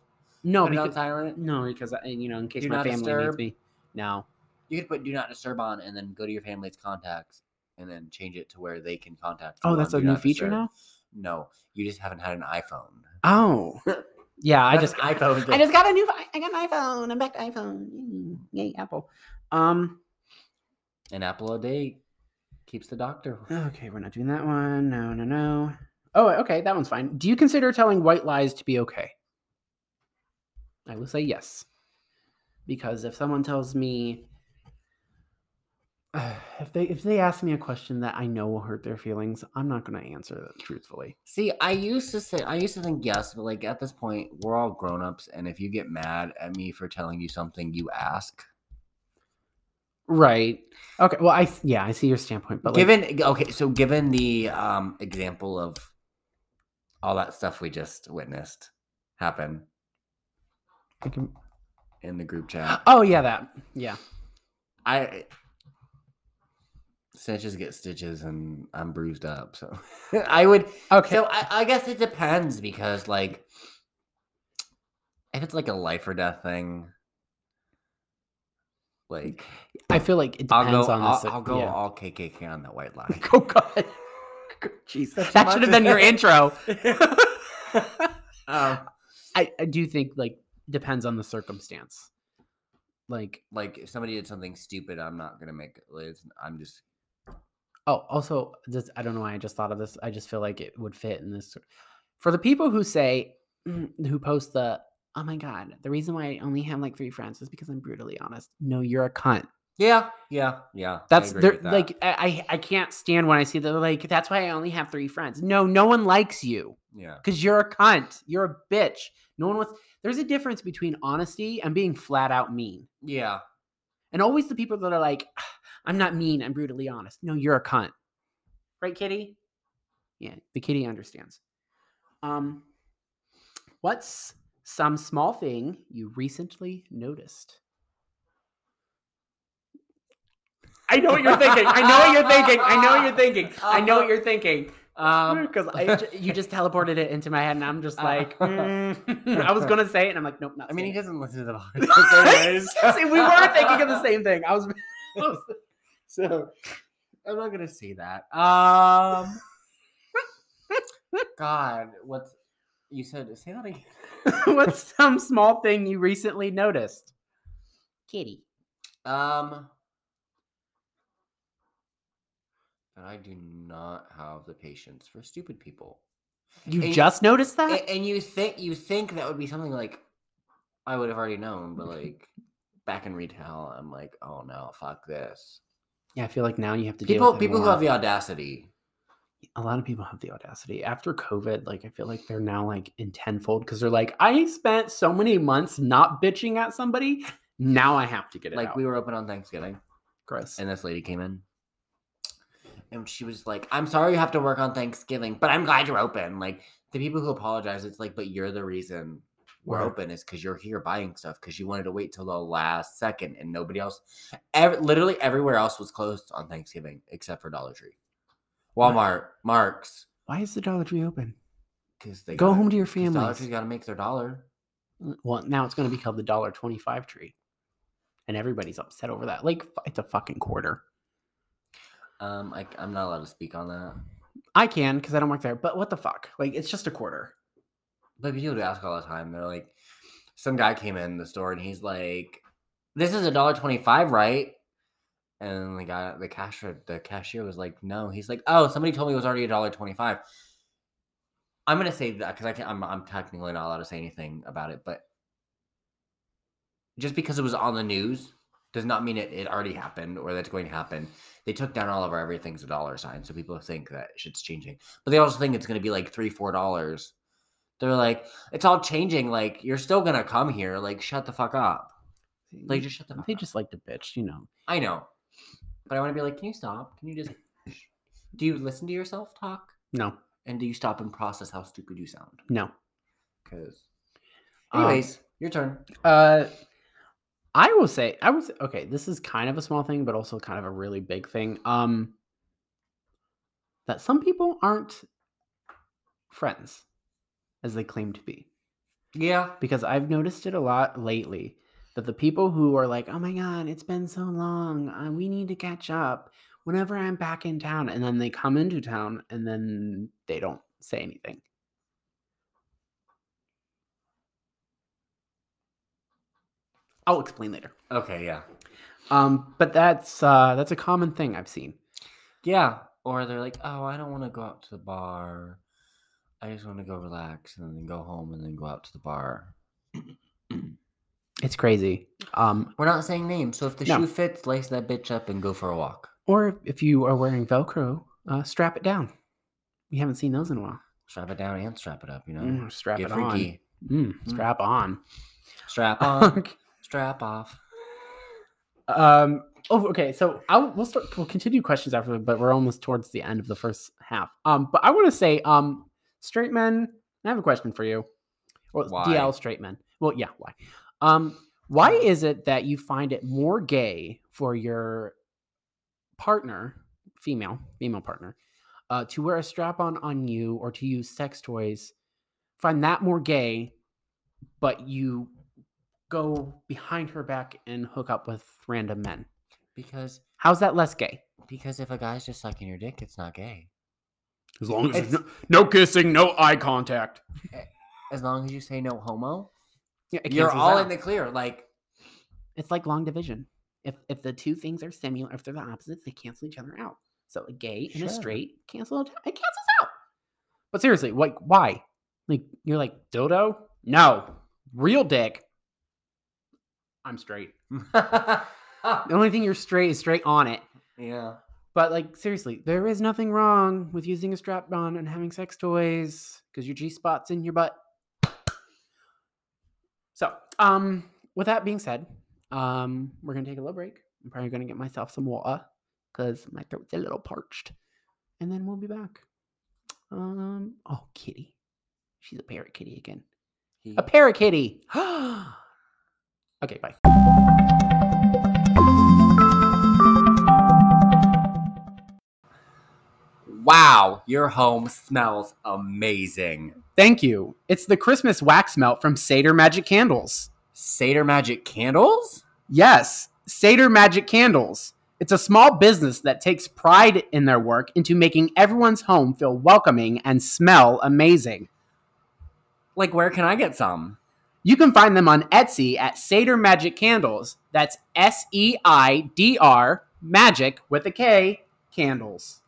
[SPEAKER 2] No,
[SPEAKER 1] Put it on
[SPEAKER 2] because
[SPEAKER 1] silent.
[SPEAKER 2] no, because I, you know, in case
[SPEAKER 1] Do
[SPEAKER 2] my
[SPEAKER 1] not
[SPEAKER 2] family
[SPEAKER 1] disturb.
[SPEAKER 2] needs me. No,
[SPEAKER 1] You could put do not disturb on, and then go to your family's contacts, and then change it to where they can contact. you
[SPEAKER 2] oh, that's
[SPEAKER 1] on
[SPEAKER 2] a
[SPEAKER 1] do
[SPEAKER 2] new
[SPEAKER 1] not
[SPEAKER 2] feature
[SPEAKER 1] disturb.
[SPEAKER 2] now.
[SPEAKER 1] No, you just haven't had an iPhone.
[SPEAKER 2] Oh, *laughs* yeah, I
[SPEAKER 1] That's
[SPEAKER 2] just
[SPEAKER 1] an *laughs* iPhone.
[SPEAKER 2] *laughs* I
[SPEAKER 1] thing.
[SPEAKER 2] just got a new. I got an iPhone. I'm back to iPhone. Yay, yay, Apple. Um.
[SPEAKER 1] An apple a day keeps the doctor.
[SPEAKER 2] Okay, we're not doing that one. No, no, no. Oh, okay, that one's fine. Do you consider telling white lies to be okay? I will say yes. Because if someone tells me *sighs* if they if they ask me a question that I know will hurt their feelings, I'm not going to answer it truthfully.
[SPEAKER 1] See, I used to say, I used to think yes, but like at this point, we're all grown ups, and if you get mad at me for telling you something, you ask.
[SPEAKER 2] Right. Okay, well I yeah, I see your standpoint, but like,
[SPEAKER 1] given okay, so given the um example of all that stuff we just witnessed happen
[SPEAKER 2] I can-
[SPEAKER 1] in the group chat,
[SPEAKER 2] Oh, yeah, that. Yeah.
[SPEAKER 1] I snitches get stitches, and I'm bruised up. So *laughs* I would
[SPEAKER 2] Okay.
[SPEAKER 1] So I, I guess it depends because like if it's like a life or death thing, like
[SPEAKER 2] I feel like it
[SPEAKER 1] I'll
[SPEAKER 2] depends
[SPEAKER 1] go,
[SPEAKER 2] on the
[SPEAKER 1] I'll,
[SPEAKER 2] sit-
[SPEAKER 1] I'll go
[SPEAKER 2] yeah.
[SPEAKER 1] all KKK on that white line.
[SPEAKER 2] *laughs* Oh god.
[SPEAKER 1] *laughs*
[SPEAKER 2] Jesus. That should have been your *laughs* intro. Oh.
[SPEAKER 1] um,
[SPEAKER 2] I, I do think like depends on the circumstance. Like
[SPEAKER 1] *laughs* like if somebody did something stupid, I'm not gonna make it. Like, it's- I'm just
[SPEAKER 2] oh, also this, I don't know why I just thought of this. I just feel like it would fit in this. For the people who say *clears throat* "Mm," who post the oh my god, the reason why I only have like three friends is because I'm brutally honest. No, you're a cunt.
[SPEAKER 1] yeah, yeah, yeah. I
[SPEAKER 2] That's
[SPEAKER 1] agree
[SPEAKER 2] they're,
[SPEAKER 1] with that.
[SPEAKER 2] like I I I can't stand when I see that like that's why I only have three friends. No, no one likes you.
[SPEAKER 1] yeah,
[SPEAKER 2] because you're a cunt. You're a bitch. No one wants. There's a difference between honesty and being flat out mean.
[SPEAKER 1] yeah.
[SPEAKER 2] And always the people that are like, *sighs* "Ah, I'm not mean. I'm brutally honest. No, you're a cunt. Right, kitty? Yeah, the kitty understands. Um, what's some small thing you recently noticed? I know what you're thinking. I know what you're thinking. I know what
[SPEAKER 1] *laughs*
[SPEAKER 2] you're thinking. I know what you're thinking *laughs*
[SPEAKER 1] Um,
[SPEAKER 2] because I j- you just teleported it into my head, and I'm just
[SPEAKER 1] Uh,
[SPEAKER 2] like, mm. *laughs* I was gonna say it, and I'm like, nope, not.
[SPEAKER 1] I mean, he
[SPEAKER 2] saying
[SPEAKER 1] doesn't listen to the
[SPEAKER 2] it.
[SPEAKER 1] podcast. anyways.
[SPEAKER 2] *laughs* See,
[SPEAKER 1] *laughs*
[SPEAKER 2] we were thinking of the same thing. I was, *laughs* I was- so
[SPEAKER 1] I'm not gonna say that.
[SPEAKER 2] *laughs*
[SPEAKER 1] Um, God, what's you said? Say that again.
[SPEAKER 2] *laughs* what's some small thing you recently noticed? Kitty.
[SPEAKER 1] Um, that I do not have the patience for stupid people.
[SPEAKER 2] You
[SPEAKER 1] And-
[SPEAKER 2] just noticed
[SPEAKER 1] A-
[SPEAKER 2] *laughs* that?
[SPEAKER 1] And, you think you think that would be something like I would have already known,
[SPEAKER 2] *laughs*
[SPEAKER 1] but like back in retail, I'm like, oh no, fuck this.
[SPEAKER 2] yeah, I feel like now you have to deal
[SPEAKER 1] People,
[SPEAKER 2] with it
[SPEAKER 1] people who
[SPEAKER 2] more.
[SPEAKER 1] have the audacity.
[SPEAKER 2] a lot of people have the audacity after COVID. Like, I feel like they're now like in tenfold because they're like, I spent so many months not bitching at somebody. Now I have to get it
[SPEAKER 1] Like
[SPEAKER 2] out.
[SPEAKER 1] we were open on Thanksgiving,
[SPEAKER 2] Gross.
[SPEAKER 1] and this lady came in, and she was like, "I'm sorry you have to work on Thanksgiving, but I'm glad you're open." Like the people who apologize, it's like, "But you're the reason we're
[SPEAKER 2] Right.
[SPEAKER 1] open is because you're here buying stuff because you wanted to wait till the last second and nobody else, ev- literally everywhere else was closed on Thanksgiving except for Dollar Tree,
[SPEAKER 2] Right.
[SPEAKER 1] Walmart, Marks,
[SPEAKER 2] Why is the Dollar Tree open?
[SPEAKER 1] because they
[SPEAKER 2] Go
[SPEAKER 1] gotta-
[SPEAKER 2] home to your
[SPEAKER 1] 'cause Dollar
[SPEAKER 2] families.
[SPEAKER 1] Tree's got to make their dollar.
[SPEAKER 2] Well, now it's going to be called the Dollar Twenty Five Tree, and everybody's upset over that. Like f- it's a fucking quarter.
[SPEAKER 1] Um, I, I'm not allowed to speak on that,
[SPEAKER 2] I can because I don't work there. But what the fuck? Like it's just a quarter.
[SPEAKER 1] but people do ask all the time. They're like, some guy came in the store and he's like, "This is a dollar twenty-five, right?" And the guy, the cashier, the cashier was like, "No." He's like, "Oh, somebody told me it was already a dollar twenty-five. I'm gonna say that because I can't. I'm, I'm technically not allowed to say anything about it, but just because it was on the news does not mean it, it already happened or that's going to happen. They took down all of our everything's a dollar sign, so people think that shit's changing. But they also think it's gonna be like three, four dollars. They're like, it's all changing. Like you're still gonna come here. Like shut the fuck up. Like just shut the fuck
[SPEAKER 2] they
[SPEAKER 1] up.
[SPEAKER 2] just like to bitch, you know.
[SPEAKER 1] I know, but I want to be like, can you stop? Can you
[SPEAKER 2] *laughs*
[SPEAKER 1] just? Do you listen to yourself talk?
[SPEAKER 2] No,
[SPEAKER 1] And do you stop and process how stupid you sound?
[SPEAKER 2] no.
[SPEAKER 1] Because,
[SPEAKER 2] Um,
[SPEAKER 1] anyways, your turn.
[SPEAKER 2] Uh, I will say I was okay. This is kind of a small thing, but also kind of a really big thing. Um, that some people aren't friends as they claim to be,
[SPEAKER 1] Yeah,
[SPEAKER 2] because I've noticed it a lot lately. That the people who are like, "Oh my god, it's been so long. Uh, we need to catch up." Whenever I'm back in town, and then they come into town, and then they don't say anything. I'll explain later.
[SPEAKER 1] Okay, yeah.
[SPEAKER 2] Um, but that's uh, that's a common thing I've seen.
[SPEAKER 1] Yeah. Or they're like, oh, I don't want to go out to the bar. I just want to go relax and then go home and then go out to the bar.
[SPEAKER 2] It's crazy. Um,
[SPEAKER 1] We're not saying names, so if the
[SPEAKER 2] No.
[SPEAKER 1] shoe fits, lace that bitch up and go for a walk.
[SPEAKER 2] or if you are wearing Velcro, uh, strap it down. We haven't seen those in a while.
[SPEAKER 1] Strap it down and strap it up, you know?
[SPEAKER 2] Mm, strap
[SPEAKER 1] Get
[SPEAKER 2] it
[SPEAKER 1] freaky.
[SPEAKER 2] on. Mm, strap on. Um,
[SPEAKER 1] Strap
[SPEAKER 2] *laughs*
[SPEAKER 1] on,
[SPEAKER 2] Okay.
[SPEAKER 1] strap off.
[SPEAKER 2] um. Oh, okay. So I'll, we'll start. We'll continue questions after, but we're almost towards the end of the first half. Um. But I want to say, um, straight men. I have a question for you. Well,
[SPEAKER 1] Why?
[SPEAKER 2] DL straight men. Well, yeah. Why? Um. Why is it that you find it more gay for your partner, female, female partner, uh, to wear a strap on on you or to use sex toys? Find that more gay, but you go behind her back and hook up with random men.
[SPEAKER 1] Because
[SPEAKER 2] How's that less gay?
[SPEAKER 1] because if a guy's just sucking your dick, it's not gay.
[SPEAKER 2] As long
[SPEAKER 1] as it's
[SPEAKER 2] no kissing, no eye contact.
[SPEAKER 1] As long as you say no homo,
[SPEAKER 2] Yeah, it
[SPEAKER 1] you're
[SPEAKER 2] cancels
[SPEAKER 1] all
[SPEAKER 2] out.
[SPEAKER 1] in the clear. Like *laughs*
[SPEAKER 2] It's like long division. If if the two things are similar, if they're the opposites, they cancel each other out. So a gay and
[SPEAKER 1] Sure.
[SPEAKER 2] a straight cancel it it cancels out. But seriously, like why? Like you're like dildo? No, real dick. I'm straight. The only thing you're straight is straight on it.
[SPEAKER 1] Yeah.
[SPEAKER 2] But like seriously, there is nothing wrong with using a strap on and having sex toys because your G spot's in your butt. So, um, with that being said, um, we're gonna take a little break. I'm probably gonna get myself some water because my throat's a little parched, and then we'll be back. Um, oh, kitty, she's a parrot kitty again.
[SPEAKER 1] He-
[SPEAKER 2] A parrot kitty. *gasps* okay, bye.
[SPEAKER 1] wow, your home smells amazing.
[SPEAKER 2] Thank you. It's the Christmas wax melt from Seder Magic Candles.
[SPEAKER 1] Seder Magic candles?
[SPEAKER 2] Yes, Seder Magic Candles. It's a small business that takes pride in their work into making everyone's home feel welcoming and smell amazing.
[SPEAKER 1] Like, where can I get some?
[SPEAKER 2] You can find them on Etsy at Seder Magic Candles. That's S E I D R Magic with a K Candles.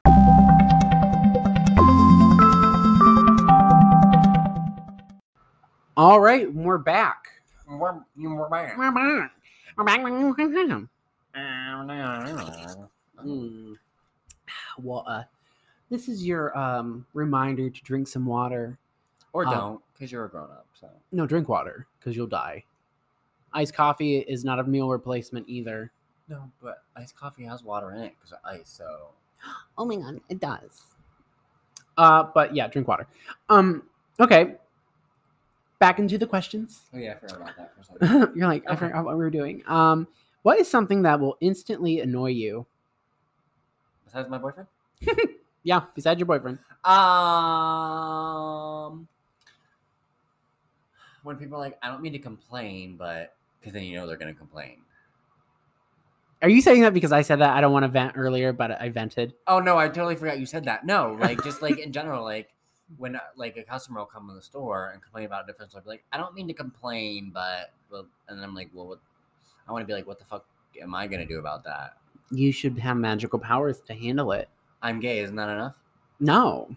[SPEAKER 2] All right, we're back.
[SPEAKER 1] We're, we're back.
[SPEAKER 2] We're back. We're back. Mm. Well, uh, this is your um, reminder to drink some water.
[SPEAKER 1] Or
[SPEAKER 2] Uh,
[SPEAKER 1] don't, because you're a grown up. So
[SPEAKER 2] No, drink water because you'll die. Iced coffee is not a meal replacement either.
[SPEAKER 1] no, but iced coffee has water in it because of ice. So
[SPEAKER 2] Oh my god, it does. Uh, but yeah, drink water. Um, okay. Back into the questions. *laughs*
[SPEAKER 1] Oh yeah, I forgot about that for a second.
[SPEAKER 2] You're like, I
[SPEAKER 1] Okay.
[SPEAKER 2] forgot what we were doing. Um, what is something that will instantly annoy you? *laughs*
[SPEAKER 1] Besides my boyfriend.
[SPEAKER 2] Yeah, besides your boyfriend.
[SPEAKER 1] Um, when people are like, I don't mean to complain, but because then you know they're gonna complain.
[SPEAKER 2] Are you saying that because I said that I don't want to vent earlier, but I vented?
[SPEAKER 1] Oh no, I totally forgot you said that. No, like just like in general, like when uh, like a customer will come in the store and complain about a different store, I'll be like, I don't mean to complain, but well, and then I'm like, well, what? I want to be like, what the fuck am I gonna do about that?
[SPEAKER 2] You should have magical powers to handle it.
[SPEAKER 1] I'm gay, isn't that enough?
[SPEAKER 2] No.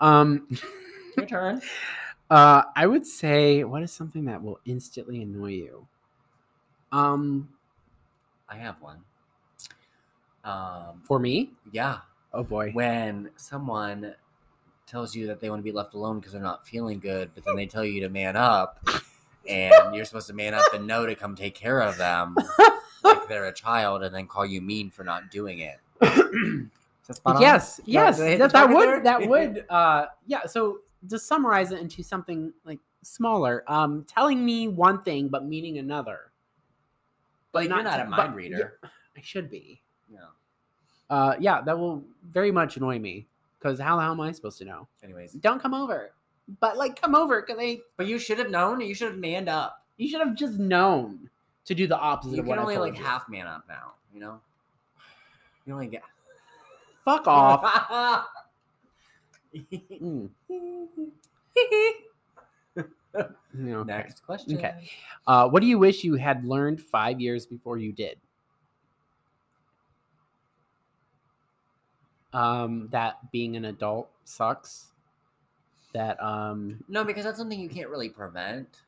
[SPEAKER 2] Um,
[SPEAKER 1] Your turn.
[SPEAKER 2] Uh, I would say, what is something that will instantly annoy you? Um,
[SPEAKER 1] I have one. Um,
[SPEAKER 2] for me,
[SPEAKER 1] yeah,
[SPEAKER 2] oh boy,
[SPEAKER 1] when someone tells you that they want to be left alone because they're not feeling good, but then they tell you to man up, and you're supposed to man up and know to come take care of them like
[SPEAKER 2] *laughs*
[SPEAKER 1] they're a child, and then call you mean for not doing
[SPEAKER 2] *clears throat*
[SPEAKER 1] it. Is that spot on?
[SPEAKER 2] yes,
[SPEAKER 1] Did I-
[SPEAKER 2] yes,
[SPEAKER 1] did I hit
[SPEAKER 2] that,
[SPEAKER 1] the
[SPEAKER 2] that
[SPEAKER 1] target
[SPEAKER 2] would
[SPEAKER 1] there? *laughs*
[SPEAKER 2] that would uh, yeah. So to summarize it into something like smaller, um, telling me one thing but meaning another.
[SPEAKER 1] But you're not a
[SPEAKER 2] te-
[SPEAKER 1] mind
[SPEAKER 2] but-
[SPEAKER 1] reader.
[SPEAKER 2] yeah, I should be.
[SPEAKER 1] No.
[SPEAKER 2] Uh, yeah, that will very much annoy me because how how am I supposed to know?
[SPEAKER 1] Anyways,
[SPEAKER 2] Don't come over, but like come over because I
[SPEAKER 1] but you should have known. You should have manned up.
[SPEAKER 2] you should have just known to do the opposite
[SPEAKER 1] You
[SPEAKER 2] of what
[SPEAKER 1] can
[SPEAKER 2] I
[SPEAKER 1] only
[SPEAKER 2] told
[SPEAKER 1] like
[SPEAKER 2] you.
[SPEAKER 1] half man up now. You know. You only get *laughs*
[SPEAKER 2] Fuck off. Mm. No, okay.
[SPEAKER 1] Next question.
[SPEAKER 2] Okay. Uh, what do you wish you had learned five years before you did? Um, that being an adult sucks. That um,
[SPEAKER 1] No, because that's something you can't really prevent.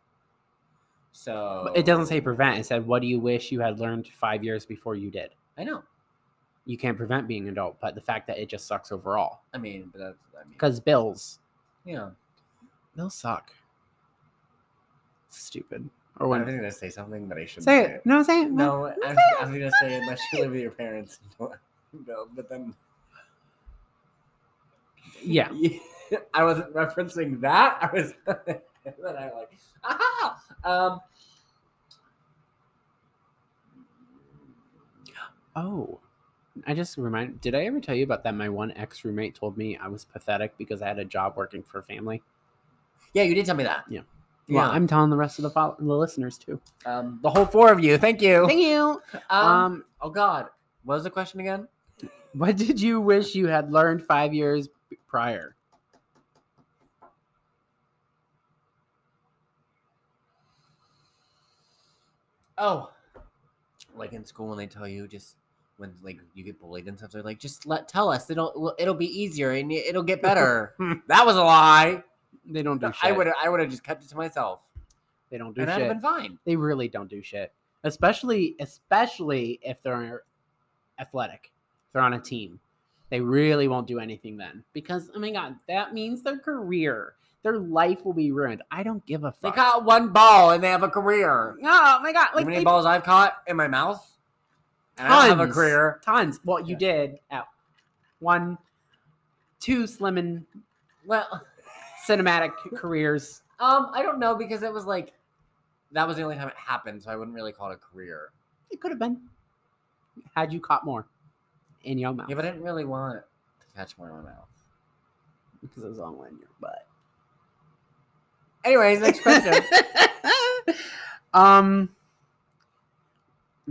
[SPEAKER 1] So
[SPEAKER 2] but it doesn't say prevent. It said, "What do you wish you had learned five years before you did?"
[SPEAKER 1] I know.
[SPEAKER 2] You can't prevent being an adult, but the fact that it just sucks overall
[SPEAKER 1] I mean, but that's I mean,
[SPEAKER 2] because bills,
[SPEAKER 1] you know,
[SPEAKER 2] bills suck. Stupid. Or
[SPEAKER 1] I was
[SPEAKER 2] when
[SPEAKER 1] gonna say something that I shouldn't
[SPEAKER 2] say it. No, say it.
[SPEAKER 1] No, I was, I was gonna say unless you live with your parents, *laughs* no, no, but then *laughs*
[SPEAKER 2] Yeah.
[SPEAKER 1] I wasn't referencing that. I was *laughs* then I like aha. Um,
[SPEAKER 2] Oh, I just remind. Did I ever tell you about that? My one ex roommate told me I was pathetic because I had a job working for a family.
[SPEAKER 1] yeah, you did tell me that.
[SPEAKER 2] Yeah.
[SPEAKER 1] yeah.
[SPEAKER 2] Yeah, I'm telling the rest of the fol- the listeners too.
[SPEAKER 1] um, the whole four of you. Thank you.
[SPEAKER 2] Thank you.
[SPEAKER 1] um,
[SPEAKER 2] Um,
[SPEAKER 1] oh God, what was the question again?
[SPEAKER 2] what did you wish you had learned five years b- prior?
[SPEAKER 1] Oh, like in school when they tell you just when like you get bullied and stuff, they're like, just let tell us it'll well, it'll be easier and it- it'll get *laughs* better. that was a lie.
[SPEAKER 2] They don't do shit.
[SPEAKER 1] I would I would have just kept it to myself,
[SPEAKER 2] They don't do
[SPEAKER 1] and I'd
[SPEAKER 2] shit.
[SPEAKER 1] have been fine.
[SPEAKER 2] They really don't do shit. Especially, especially if they're athletic, if they're on a team, they really won't do anything then because oh my god, that means their career, their life will be ruined. I don't give a
[SPEAKER 1] They
[SPEAKER 2] fuck.
[SPEAKER 1] caught one ball and they have a career.
[SPEAKER 2] Oh
[SPEAKER 1] you
[SPEAKER 2] my god! Like
[SPEAKER 1] know how many
[SPEAKER 2] they,
[SPEAKER 1] balls I've caught in my mouth, and I don't have a
[SPEAKER 2] Tons.
[SPEAKER 1] career.
[SPEAKER 2] tons. Well, you did at one, two Slimming
[SPEAKER 1] Well,
[SPEAKER 2] cinematic careers.
[SPEAKER 1] um, I don't know because it was like that was the only time it happened, so I wouldn't really call it a career.
[SPEAKER 2] It could have been had you caught more in your mouth
[SPEAKER 1] Yeah, but I didn't really want to catch more in my mouth.
[SPEAKER 2] because it was all in your butt.
[SPEAKER 1] Anyways, *laughs* next question.
[SPEAKER 2] *laughs* um.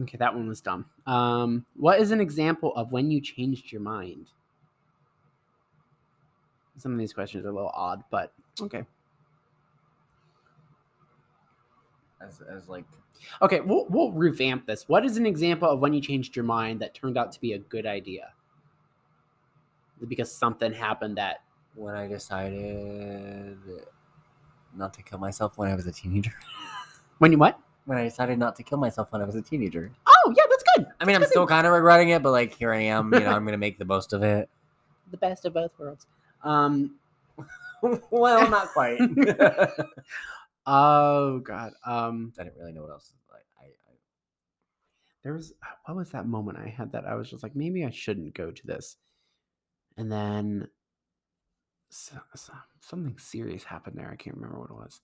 [SPEAKER 2] Okay, that one was dumb. Um, what is an example of when you changed your mind? Some of these questions are a little odd, but okay.
[SPEAKER 1] as, as like
[SPEAKER 2] Okay, we'll, we'll revamp this. What is an example of when you changed your mind that turned out to be a good idea? Because something happened that.
[SPEAKER 1] when I decided not to kill myself when I was a teenager. *laughs*
[SPEAKER 2] When you what?
[SPEAKER 1] When I decided not to kill myself when I was a teenager.
[SPEAKER 2] Oh, yeah, that's good.
[SPEAKER 1] I mean, I'm still kind of regretting it, but like here I am. You know, I'm gonna make the most of it.
[SPEAKER 2] The best of both worlds. Um.
[SPEAKER 1] *laughs* well, not quite. *laughs* I didn't
[SPEAKER 2] Oh God. Um.
[SPEAKER 1] really know what else. Like, I, I
[SPEAKER 2] There there was uh, what was that moment I had that I was just like maybe I shouldn't go to this, and then so, so- something serious happened there. I can't remember what it was.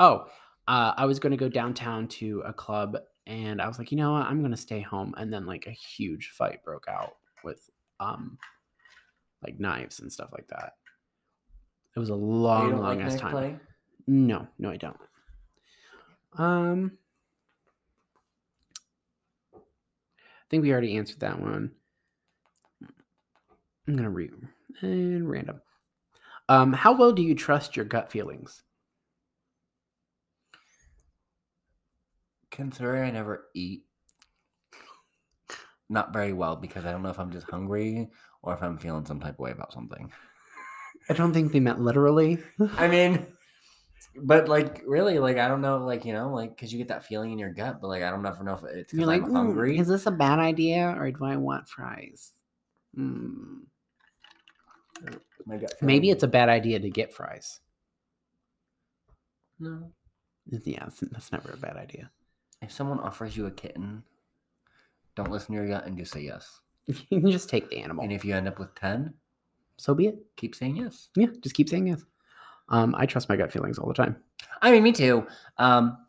[SPEAKER 2] Oh, uh, I was going to go downtown to a club, and I was like, you know what, I'm going to stay home. And then like a huge fight broke out with um like knives and stuff like that. It was a
[SPEAKER 1] Oh, you
[SPEAKER 2] long,
[SPEAKER 1] don't
[SPEAKER 2] long
[SPEAKER 1] like
[SPEAKER 2] ass
[SPEAKER 1] knife
[SPEAKER 2] time.
[SPEAKER 1] play?
[SPEAKER 2] No, no, I don't. Um, I think we already answered that one. I'm gonna read and random. Um, how well do you trust your gut feelings?
[SPEAKER 1] Considering I never eat, not very well because I don't know if I'm just hungry or if I'm feeling some type of way about something.
[SPEAKER 2] I don't think they meant literally.
[SPEAKER 1] I mean, but like really, like I don't know, like you know, like because you get that feeling in your gut, but like I don't never know if it's because
[SPEAKER 2] You're like,
[SPEAKER 1] I'm
[SPEAKER 2] "Mm,
[SPEAKER 1] hungry.
[SPEAKER 2] is this a bad idea or do I want fries? Mm,
[SPEAKER 1] My gut
[SPEAKER 2] Maybe
[SPEAKER 1] feeling.
[SPEAKER 2] it's a bad idea to get fries.
[SPEAKER 1] no.
[SPEAKER 2] Yeah, that's, that's never a bad idea. *laughs*
[SPEAKER 1] If someone offers you a kitten, don't listen to your gut and just say yes.
[SPEAKER 2] You can just take the animal.
[SPEAKER 1] And if you end up with ten,
[SPEAKER 2] so be it.
[SPEAKER 1] keep saying yes.
[SPEAKER 2] Yeah, just keep saying yes. Um, I trust my gut feelings all the time.
[SPEAKER 1] I mean, me too. Um,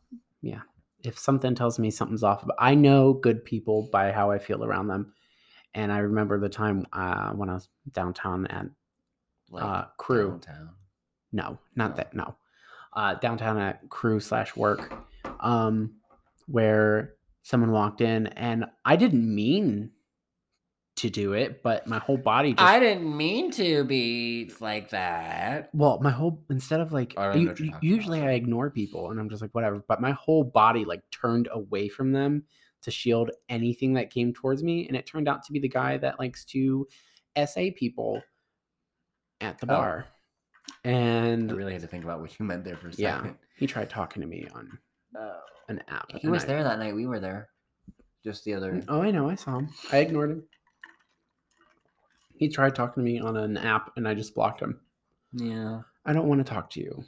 [SPEAKER 2] If something tells me something's off, but I know good people by how I feel around them. And I remember the time uh, when I was downtown at
[SPEAKER 1] like
[SPEAKER 2] uh, crew.
[SPEAKER 1] downtown.
[SPEAKER 2] No, not
[SPEAKER 1] No.
[SPEAKER 2] that. No, uh, downtown at crew slash work, um, where someone walked in and I didn't mean to do it, but my whole body just
[SPEAKER 1] I didn't mean to be like that.
[SPEAKER 2] well my whole instead of like
[SPEAKER 1] Oh, I don't know
[SPEAKER 2] u-
[SPEAKER 1] what you're
[SPEAKER 2] u-
[SPEAKER 1] talking about,
[SPEAKER 2] usually i
[SPEAKER 1] sorry.
[SPEAKER 2] ignore people and i'm just like whatever but my whole body like turned away from them to shield anything that came towards me and it turned out to be the guy that likes to sa people at the
[SPEAKER 1] Oh.
[SPEAKER 2] bar
[SPEAKER 1] I
[SPEAKER 2] and
[SPEAKER 1] really had to think about what you meant there for a
[SPEAKER 2] Yeah.
[SPEAKER 1] second.
[SPEAKER 2] he tried talking to me on
[SPEAKER 1] No.
[SPEAKER 2] an app
[SPEAKER 1] He
[SPEAKER 2] and
[SPEAKER 1] was
[SPEAKER 2] I-
[SPEAKER 1] there that night. We were there. Just the other.
[SPEAKER 2] oh i know i saw him i ignored him he tried talking to me on an app and i just blocked him
[SPEAKER 1] Yeah.
[SPEAKER 2] i don't want to talk to you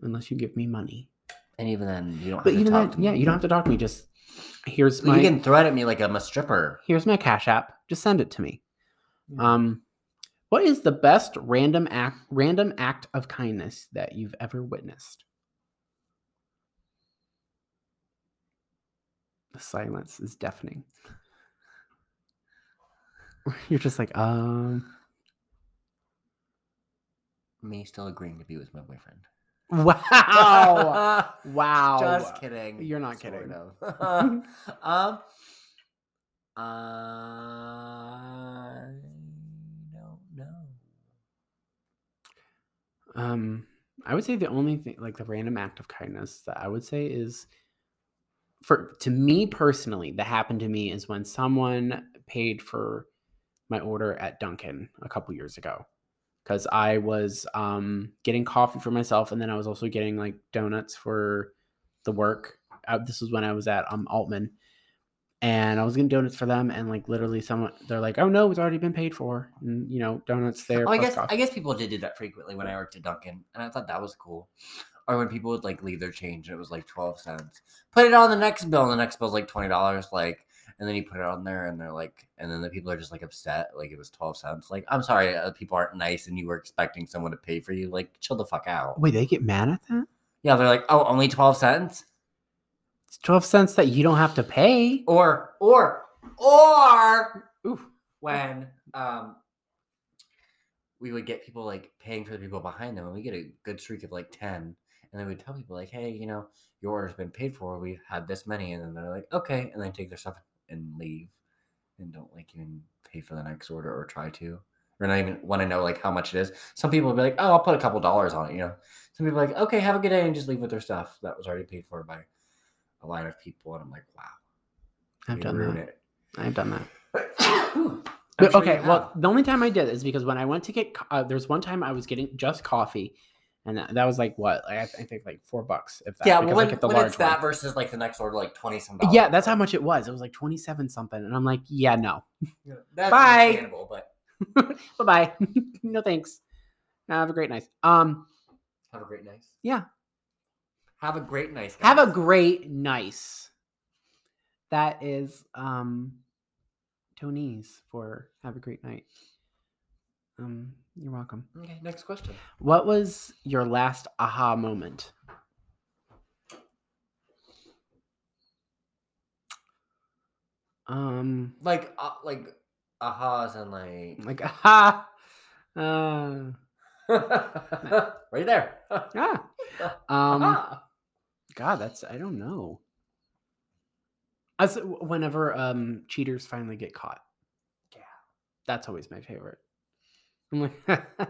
[SPEAKER 2] unless you give me money
[SPEAKER 1] And even then, you don't.
[SPEAKER 2] But
[SPEAKER 1] have to
[SPEAKER 2] even
[SPEAKER 1] talk
[SPEAKER 2] that,
[SPEAKER 1] to me.
[SPEAKER 2] yeah, you don't have to talk to me. Just here's
[SPEAKER 1] Well,
[SPEAKER 2] my
[SPEAKER 1] You can thread at me like I'm a stripper.
[SPEAKER 2] here's my Cash App. Just send it to me.
[SPEAKER 1] Yeah.
[SPEAKER 2] Um, what is the best random act random act of kindness that you've ever witnessed? The silence is deafening. *laughs* You're just like, um, *laughs*
[SPEAKER 1] Me still agreeing to be with my boyfriend. *laughs*
[SPEAKER 2] wow, wow.
[SPEAKER 1] Just kidding.
[SPEAKER 2] You're not kidding. *laughs*
[SPEAKER 1] Sort of. *laughs* um, I don't know.
[SPEAKER 2] Um, I would say the only thing, like the random act of kindness that I would say is for to me personally, that happened to me is when someone paid for my order at Dunkin' a couple years ago. Cause I was um getting coffee for myself and then I was also getting like donuts for the work. Uh, this was when I was at um Altman and I was getting donuts for them and like literally someone they're like, Oh no, it's already been paid for. And you know, donuts there.
[SPEAKER 1] Oh, I
[SPEAKER 2] plus
[SPEAKER 1] guess
[SPEAKER 2] coffee.
[SPEAKER 1] I guess people did do that frequently when I worked at Dunkin', and I thought that was cool. Or when people would like leave their change and it was like twelve cents, put it on the next bill, and the next bill's like twenty dollars, like, and then you put it on there, and they're like, and then the people are just like upset, like it was twelve cents. Like, I'm sorry, uh, people aren't nice, and you were expecting someone to pay for you. Like, chill the fuck out.
[SPEAKER 2] Wait, they get mad at that?
[SPEAKER 1] Yeah, they're like, oh, only twelve cents,
[SPEAKER 2] It's 12 cents that you don't have to
[SPEAKER 1] Oh,
[SPEAKER 2] pay.
[SPEAKER 1] or or or
[SPEAKER 2] Oof.
[SPEAKER 1] when um we would get people like paying for the people behind them and we get a good streak of like 10 and then we'd tell people like hey you know your order's been paid for we've had this many and then they're like okay and then take their stuff and leave and don't like even pay for the next order or try to or not even want to know like how much it is some people would be like oh i'll put a couple dollars on it you know some people are like okay have a good day and just leave with their stuff that was already paid for by a line of people and i'm like wow
[SPEAKER 2] I've
[SPEAKER 1] we
[SPEAKER 2] done
[SPEAKER 1] ruined *coughs*
[SPEAKER 2] that. I've done that.
[SPEAKER 1] it I'm
[SPEAKER 2] But
[SPEAKER 1] sure
[SPEAKER 2] okay,
[SPEAKER 1] you
[SPEAKER 2] well,
[SPEAKER 1] have.
[SPEAKER 2] the only time I did is because when I went to get, co- uh, there was one time I was getting just coffee, and that, that was like what like, I, th- I think like four bucks. If that,
[SPEAKER 1] Yeah,
[SPEAKER 2] because
[SPEAKER 1] well,
[SPEAKER 2] I
[SPEAKER 1] when,
[SPEAKER 2] get the
[SPEAKER 1] when
[SPEAKER 2] large
[SPEAKER 1] it's that
[SPEAKER 2] one.
[SPEAKER 1] versus like the next order, like twenty some. dollars.
[SPEAKER 2] Yeah, that's how much it was. It was like twenty-seven something, and I'm like, yeah, no,
[SPEAKER 1] Yeah, That's
[SPEAKER 2] Bye.
[SPEAKER 1] understandable, but
[SPEAKER 2] bye bye, *laughs* no thanks. Have a great night. Um,
[SPEAKER 1] have a great night.
[SPEAKER 2] Yeah.
[SPEAKER 1] Have a great night.
[SPEAKER 2] have a
[SPEAKER 1] guys.
[SPEAKER 2] great nice. That is um Tony's for have a great night. Um, you're welcome.
[SPEAKER 1] Okay, next question.
[SPEAKER 2] What was your last aha moment? Um,
[SPEAKER 1] Like, uh, like, ahas and like,
[SPEAKER 2] like *laughs* aha, uh,
[SPEAKER 1] *laughs* right there. *laughs*
[SPEAKER 2] ah, um,
[SPEAKER 1] Aha.
[SPEAKER 2] God, that's I don't know. As whenever um cheaters finally get caught,
[SPEAKER 1] Yeah.
[SPEAKER 2] that's always my favorite. I'm like,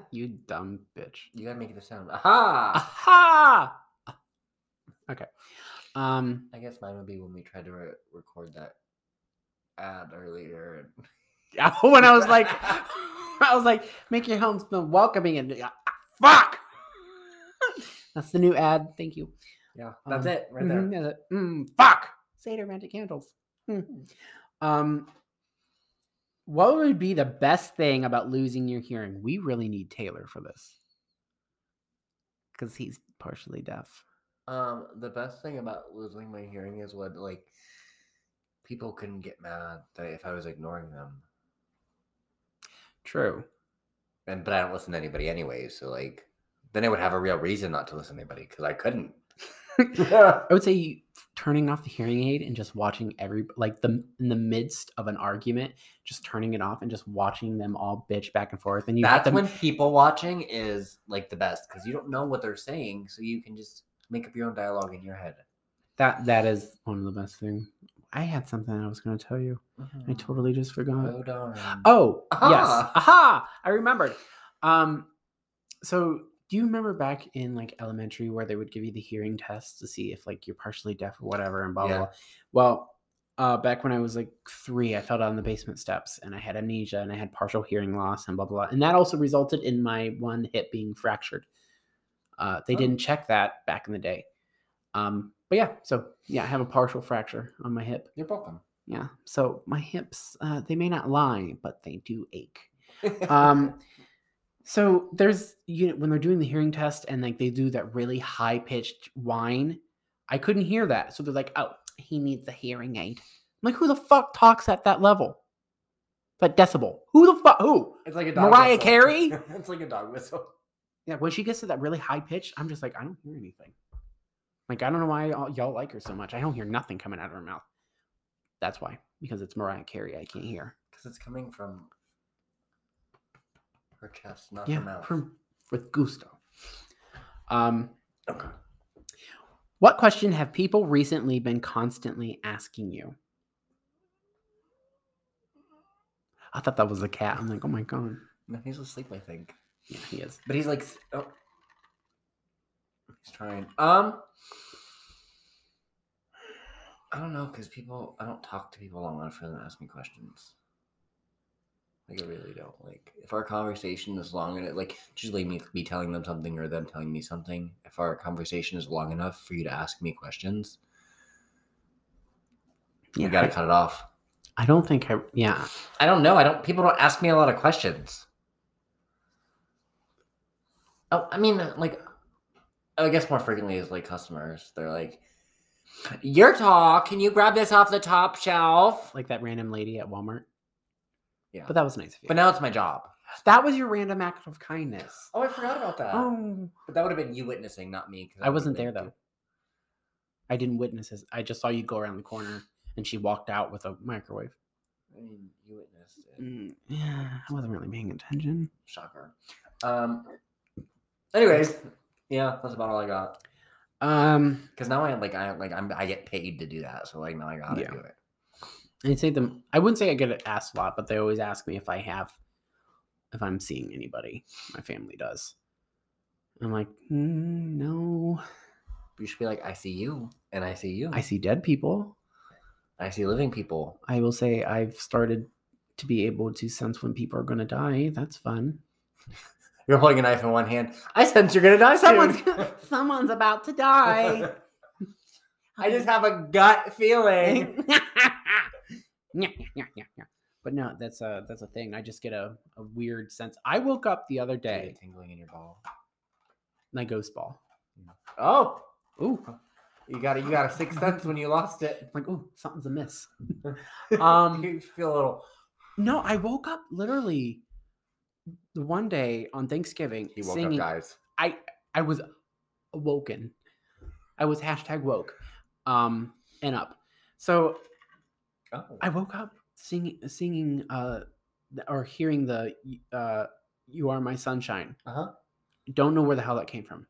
[SPEAKER 2] *laughs* you dumb bitch.
[SPEAKER 1] you gotta make the sound. Aha!
[SPEAKER 2] Aha! Okay. Um,
[SPEAKER 1] I guess mine would be when we tried to re- record that ad earlier. and-
[SPEAKER 2] *laughs* when I was like, I was like, make your home smell welcoming and ah, fuck. *laughs* That's the new ad. Thank you.
[SPEAKER 1] Yeah, that's
[SPEAKER 2] Um,
[SPEAKER 1] it right
[SPEAKER 2] Mhm,
[SPEAKER 1] there.
[SPEAKER 2] that's it. Mm, fuck. Seder magic candles. Mm. Um, what would be the best thing about losing your hearing? We really need Taylor for this because he's partially deaf.
[SPEAKER 1] Um, the best thing about losing my hearing is when like people couldn't get mad that if I was ignoring them,
[SPEAKER 2] *laughs* True.
[SPEAKER 1] and but I don't listen to anybody anyway. So like, then I would have a real reason not to listen to anybody because I couldn't. *laughs*
[SPEAKER 2] I would say *laughs* you- turning off the hearing aid and just watching every like the in the midst of an argument, just turning it off and just watching them all bitch back and forth. And you have
[SPEAKER 1] That's
[SPEAKER 2] to
[SPEAKER 1] when people watching is like the best because you don't know what they're saying, so you can just make up your own dialogue in your head.
[SPEAKER 2] that that is one of the best things. I had something I was going to tell you. I totally just forgot.
[SPEAKER 1] Mm-hmm. Oh darn!
[SPEAKER 2] Oh yes,
[SPEAKER 1] Aha.
[SPEAKER 2] aha! I remembered. Um, so do you remember back in like elementary where they would give you the hearing test to see if like you're partially deaf or whatever and blah blah.
[SPEAKER 1] Yeah.
[SPEAKER 2] blah? Well, uh, back when I was like three, I fell down the basement steps and I had amnesia and I had partial hearing loss and blah blah, blah. and that also resulted in my one hip being fractured. Uh, they
[SPEAKER 1] Oh.
[SPEAKER 2] didn't check that back in the day. Um, but yeah, so yeah, I have a partial fracture on my hip.
[SPEAKER 1] You're welcome.
[SPEAKER 2] Yeah. So my hips, uh, they may not lie, but they do ache. Um, so there's you know when they're doing the hearing test and like they do that really high pitched whine, I couldn't hear that. So they're like, "Oh, he needs a hearing aid." I'm like, "Who the fuck talks at that level? That decibel? Who the fuck? Who?"
[SPEAKER 1] *laughs* it's like a dog
[SPEAKER 2] Mariah
[SPEAKER 1] whistle.
[SPEAKER 2] Carey?
[SPEAKER 1] *laughs* it's like a dog whistle.
[SPEAKER 2] Yeah. When she gets to that really high pitch, I'm just like, I don't hear anything. Like I don't know why y'all, y'all like her so much. I don't hear nothing coming out of her mouth. That's why, because it's Mariah Carey. I can't hear.
[SPEAKER 1] Because it's coming from her chest, not
[SPEAKER 2] yeah,
[SPEAKER 1] her mouth.
[SPEAKER 2] from- with gusto. Um,
[SPEAKER 1] Okay.
[SPEAKER 2] what question have people recently been constantly asking you? I thought that was a cat. I'm like, oh my god.
[SPEAKER 1] No, he's asleep, I think.
[SPEAKER 2] Yeah, he is.
[SPEAKER 1] But he's like, s- oh. he's trying. Um, I don't know, because people, I don't talk to people long enough for them to ask me questions. Like, I really don't. Like, if our conversation is long enough, like, it's usually me, me telling them something or them telling me something. If our conversation is long enough for you to ask me questions,
[SPEAKER 2] Yeah,
[SPEAKER 1] you gotta
[SPEAKER 2] I,
[SPEAKER 1] cut it off.
[SPEAKER 2] I don't think I. Yeah,
[SPEAKER 1] I don't know. I don't. People don't ask me a lot of questions. Oh, I mean, like, oh, I guess more frequently is like customers. They're like, "Your tall. Can you grab this off the top shelf?"
[SPEAKER 2] like that random lady at Walmart.
[SPEAKER 1] Yeah.
[SPEAKER 2] but that was nice of you.
[SPEAKER 1] But now it's my job.
[SPEAKER 2] that was your random act of kindness.
[SPEAKER 1] Oh, I forgot about that.
[SPEAKER 2] Oh,
[SPEAKER 1] But that would have been you witnessing, not me. 'cause
[SPEAKER 2] I
[SPEAKER 1] would've
[SPEAKER 2] wasn't
[SPEAKER 1] been
[SPEAKER 2] there though. I didn't witness this. I just saw you go around the corner, and she walked out with a microwave.
[SPEAKER 1] too- I mean, you witnessed it.
[SPEAKER 2] Mm, yeah, I wasn't really paying attention.
[SPEAKER 1] Shocker. Um. Anyways, yeah, that's about all I got.
[SPEAKER 2] Um,
[SPEAKER 1] Because now I like I like I'm I get paid to do that, so like now I gotta
[SPEAKER 2] Yeah.
[SPEAKER 1] do it.
[SPEAKER 2] I'd say them. I wouldn't say I get it asked a lot, but they always ask me if I have, if I'm seeing anybody. My family does. I'm like, "Mm, no,
[SPEAKER 1] You should be like, I see you, and I see you.
[SPEAKER 2] I see dead people.
[SPEAKER 1] I see living people.
[SPEAKER 2] I will say I've started to be able to sense when people are going to die. That's fun.
[SPEAKER 1] You're holding a knife in one hand. I sense you're gonna die.
[SPEAKER 2] Someone's
[SPEAKER 1] soon.
[SPEAKER 2] *laughs* someone's about to die.
[SPEAKER 1] *laughs* I just have a gut feeling.
[SPEAKER 2] yeah, yeah, yeah, yeah. But no, that's a that's a thing. I just get a, a weird sense. I woke up the
[SPEAKER 1] *laughs*
[SPEAKER 2] other day,
[SPEAKER 1] tingling in your ball.
[SPEAKER 2] my ghost ball.
[SPEAKER 1] Oh,
[SPEAKER 2] Ooh,
[SPEAKER 1] You got it. You got a
[SPEAKER 2] *laughs*
[SPEAKER 1] sixth sense when you lost it.
[SPEAKER 2] like, oh,
[SPEAKER 1] *laughs*
[SPEAKER 2] something's amiss. Um,
[SPEAKER 1] you feel a little.
[SPEAKER 2] No, I woke up literally the one day on Thanksgiving
[SPEAKER 1] He woke
[SPEAKER 2] singing.
[SPEAKER 1] up, guys.
[SPEAKER 2] I was awoken. I was hashtag woke, um, and up. So
[SPEAKER 1] Oh,
[SPEAKER 2] I woke up singing, singing, uh, th- or hearing the uh, "You Are My Sunshine."
[SPEAKER 1] Uh-huh.
[SPEAKER 2] Don't know where the hell that came from.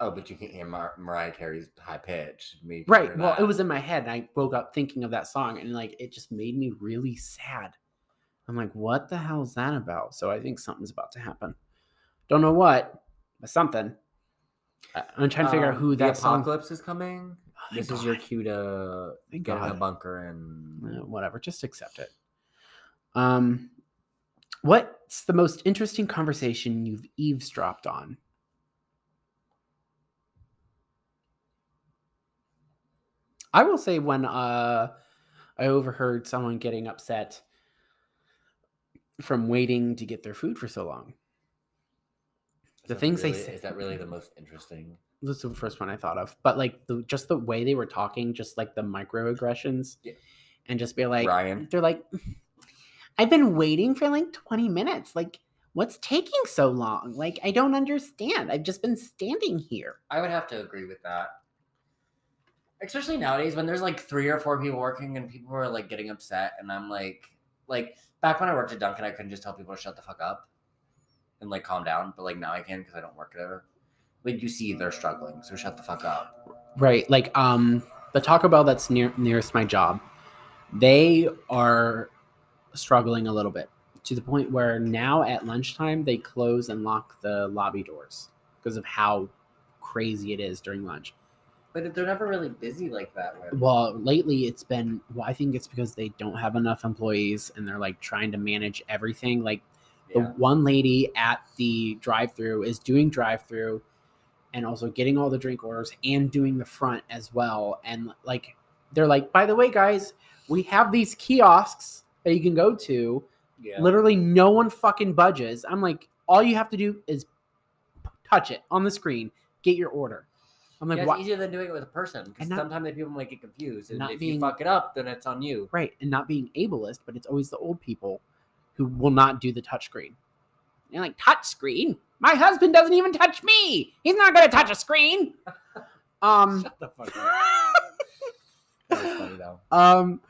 [SPEAKER 1] oh, but you can't hear Mar- Mariah Carey's high pitch. Me, can
[SPEAKER 2] Right.
[SPEAKER 1] hear
[SPEAKER 2] Well,
[SPEAKER 1] that.
[SPEAKER 2] it was in my head, and I woke up thinking of that song, and like it just made me really sad. I'm like, what the hell is that about? So I think something's about to happen. Don't know what, but something. I- I'm trying to figure out
[SPEAKER 1] Um,
[SPEAKER 2] who that
[SPEAKER 1] the
[SPEAKER 2] song.
[SPEAKER 1] apocalypse is coming.
[SPEAKER 2] Oh, thank
[SPEAKER 1] This is your
[SPEAKER 2] God.
[SPEAKER 1] cue to
[SPEAKER 2] Thank
[SPEAKER 1] get in a
[SPEAKER 2] God.
[SPEAKER 1] bunker and
[SPEAKER 2] Uh, whatever. Just accept it. Um, what's the most interesting conversation you've eavesdropped on? I will say when uh, I overheard someone getting upset from waiting to get their food for so long. The
[SPEAKER 1] Is that
[SPEAKER 2] things they
[SPEAKER 1] really-
[SPEAKER 2] say-
[SPEAKER 1] Is that really the most interesting?
[SPEAKER 2] This is the first one I thought of, but like the just the way they were talking, just like the microaggressions,
[SPEAKER 1] Yeah.
[SPEAKER 2] and just be like,
[SPEAKER 1] Ryan?
[SPEAKER 2] they're like, I've been waiting for like twenty minutes. Like, what's taking so long? Like, I don't understand. I've just been standing here.
[SPEAKER 1] I would have to agree with that. Especially nowadays when there's like three or four people working and people are like getting upset and I'm like like back when I worked at Dunkin' I couldn't just tell people to shut the fuck up and like calm down, but like now I can because I don't work there. Like you see they're struggling, so shut the fuck up.
[SPEAKER 2] Right. Like um the Taco Bell that's near nearest my job, they are struggling a little bit to the point where now at lunchtime they close and lock the lobby doors because of how crazy it is during lunch.
[SPEAKER 1] But they're never really busy like that. Where
[SPEAKER 2] Well, lately it's been well, I think it's because they don't have enough employees and they're like trying to manage everything. Like the
[SPEAKER 1] yeah.
[SPEAKER 2] one lady at the drive-through is doing drive-through and also getting all the drink orders and doing the front as well and like they're like by the way guys we have these kiosks that you can go to
[SPEAKER 1] yeah.
[SPEAKER 2] literally no one fucking budges i'm like all you have to do is touch it on the screen get your order i'm like
[SPEAKER 1] Yeah,
[SPEAKER 2] why
[SPEAKER 1] it's easier than doing it with a person because
[SPEAKER 2] And not-
[SPEAKER 1] sometimes the people might get confused, and
[SPEAKER 2] not
[SPEAKER 1] if you
[SPEAKER 2] being-
[SPEAKER 1] fuck it up, then it's on you.
[SPEAKER 2] right and not being ableist but it's always the old people who will not do the touchscreen and like touch screen my husband doesn't even touch me he's not going to touch a screen um
[SPEAKER 1] Shut the fuck
[SPEAKER 2] *laughs*
[SPEAKER 1] up. That was funny though.
[SPEAKER 2] um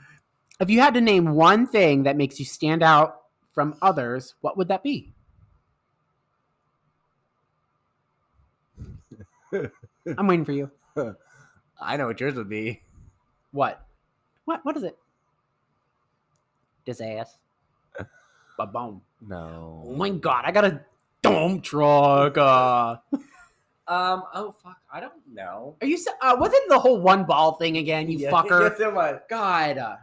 [SPEAKER 2] if you had to name one thing that makes you stand out from others what would that be i'm waiting for you
[SPEAKER 1] I know what yours would be.
[SPEAKER 2] what what what is it disass ba-boom
[SPEAKER 1] No.
[SPEAKER 2] Oh my god, I got a dump truck. Uh,
[SPEAKER 1] Um. Oh fuck. I don't *laughs* know.
[SPEAKER 2] are you? s- Uh, was it the whole one ball thing again? You
[SPEAKER 1] Yeah, *laughs*
[SPEAKER 2] fucker.
[SPEAKER 1] Yes, it was.
[SPEAKER 2] God. uh,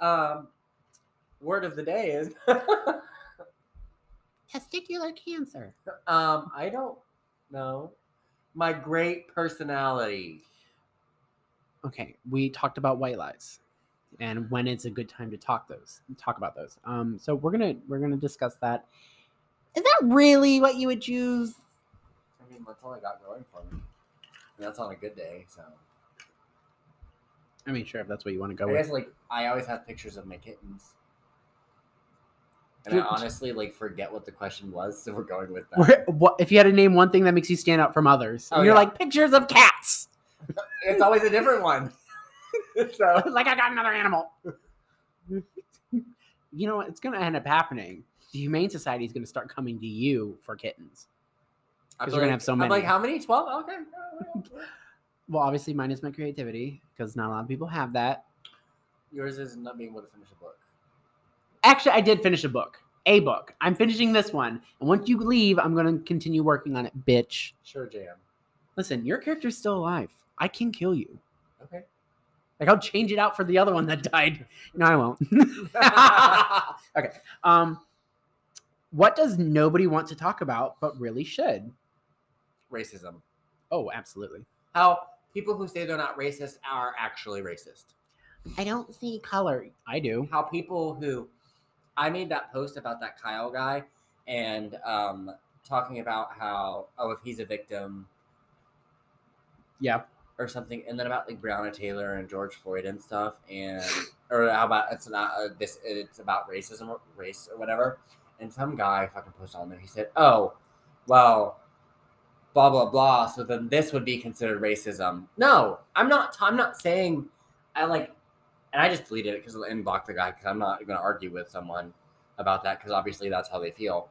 [SPEAKER 1] Um. Word of the day is. *laughs*
[SPEAKER 2] Testicular cancer.
[SPEAKER 1] um. I don't know. My great personality.
[SPEAKER 2] Okay, we talked about white lies, and when it's a good time to talk those, talk about those. Um, so we're gonna we're gonna discuss that. Is that really what you would choose?
[SPEAKER 1] I mean, that's all I got going for me. And that's on a good day. So
[SPEAKER 2] I mean, sure, if that's what you want to go
[SPEAKER 1] I guess
[SPEAKER 2] with.
[SPEAKER 1] like I always have pictures of my kittens. And
[SPEAKER 2] Dude.
[SPEAKER 1] I honestly like forget what the question was, so we're going with that.
[SPEAKER 2] Where, what, if you had to name one thing that makes you stand out from others,
[SPEAKER 1] Oh,
[SPEAKER 2] and you're
[SPEAKER 1] yeah.
[SPEAKER 2] like pictures of cats. *laughs*
[SPEAKER 1] It's always a different one. *laughs* so
[SPEAKER 2] like I got another animal. *laughs* you know what? It's going to end up happening. The Humane Society is going to start coming to you for kittens.
[SPEAKER 1] I'm
[SPEAKER 2] we're gonna have so
[SPEAKER 1] I'm
[SPEAKER 2] many.
[SPEAKER 1] like, how many? Twelve? Okay.
[SPEAKER 2] Well, obviously, mine is my creativity because not a lot of people have that.
[SPEAKER 1] Yours is not being able to finish a book.
[SPEAKER 2] Actually, I did finish a book, a book. I'm finishing this one. And once you leave, I'm going to continue working on it, bitch.
[SPEAKER 1] Sure, Jam.
[SPEAKER 2] Listen, your character's still alive. I can kill you.
[SPEAKER 1] Okay.
[SPEAKER 2] *laughs* Like, I'll change it out for the other one that *laughs* died. No, I won't. *laughs* okay. Um, what does nobody want to talk about but really should?
[SPEAKER 1] Racism.
[SPEAKER 2] Oh, absolutely.
[SPEAKER 1] How people who say they're not racist are actually racist.
[SPEAKER 2] I don't see color. I do.
[SPEAKER 1] How people who I made that post about that Kyle guy and um talking about how oh if he's a victim
[SPEAKER 2] Yeah.
[SPEAKER 1] or something, and then about like Breonna Taylor and George Floyd and stuff, and or how about it's not uh, this, it's about racism or race or whatever. And some guy fucking posted on there. He said, "Oh, well, blah blah blah." So then this would be considered racism. No, I'm not. I'm not saying I like, and I just deleted it because and blocked the guy because I'm not going to argue with someone about that because obviously that's how they feel.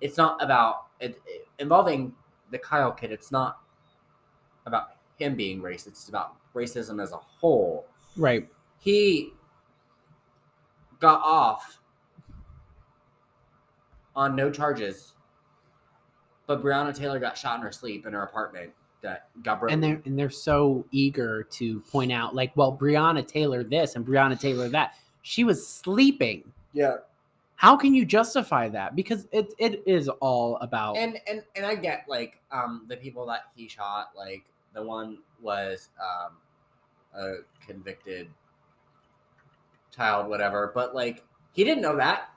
[SPEAKER 1] It's not about it, it- involving the Kyle kid. It's not about him being racist. It's about racism as a whole.
[SPEAKER 2] Right.
[SPEAKER 1] He got off on no charges, but Breonna Taylor got shot in her sleep in her apartment. That got broken.
[SPEAKER 2] And they're and they're so eager to point out like, well, Breonna Taylor this and Breonna Taylor that. She was sleeping.
[SPEAKER 1] yeah,
[SPEAKER 2] How can you justify that? Because it it is all about
[SPEAKER 1] and and and I get like um the people that he shot, like the one was um a convicted child, whatever. But like he didn't know that,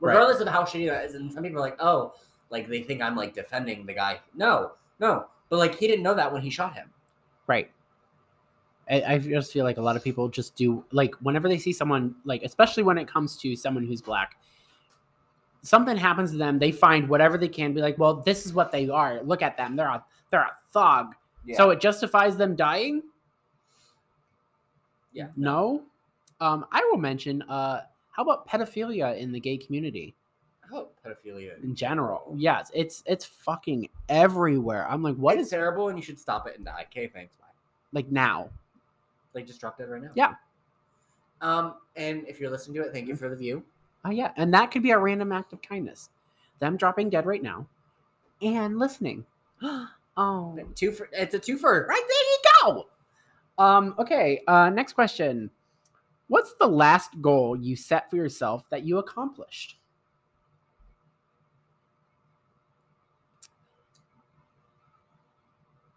[SPEAKER 2] Right.
[SPEAKER 1] regardless of how shitty that is. And some people are like, oh, like they think I'm like defending the guy. No, no, but like he didn't know that when he shot him.
[SPEAKER 2] Right. I, I just feel like a lot of people just do like whenever they see someone like especially when it comes to someone who's black, something happens to them, they find whatever they can be like, well, this is what they are. Look at them. They're a they're a thug. So it justifies them dying?
[SPEAKER 1] Yeah,
[SPEAKER 2] No. Um, I will mention uh how about pedophilia in the gay community
[SPEAKER 1] oh, pedophilia.
[SPEAKER 2] in general? Yes, it's it's fucking everywhere. I'm like, what
[SPEAKER 1] it's
[SPEAKER 2] is
[SPEAKER 1] terrible, and you should stop it and die. Okay, thanks. Bye.
[SPEAKER 2] like now?
[SPEAKER 1] Like just drop it right now.
[SPEAKER 2] Yeah.
[SPEAKER 1] Um, and if you're listening to it, thank you for the view.
[SPEAKER 2] Oh yeah, and that could be a random act of kindness. Them dropping dead right now and listening. oh,
[SPEAKER 1] Two for it's a twofer.
[SPEAKER 2] right there you go. Um okay, uh next question. What's the last goal you set for yourself that you accomplished?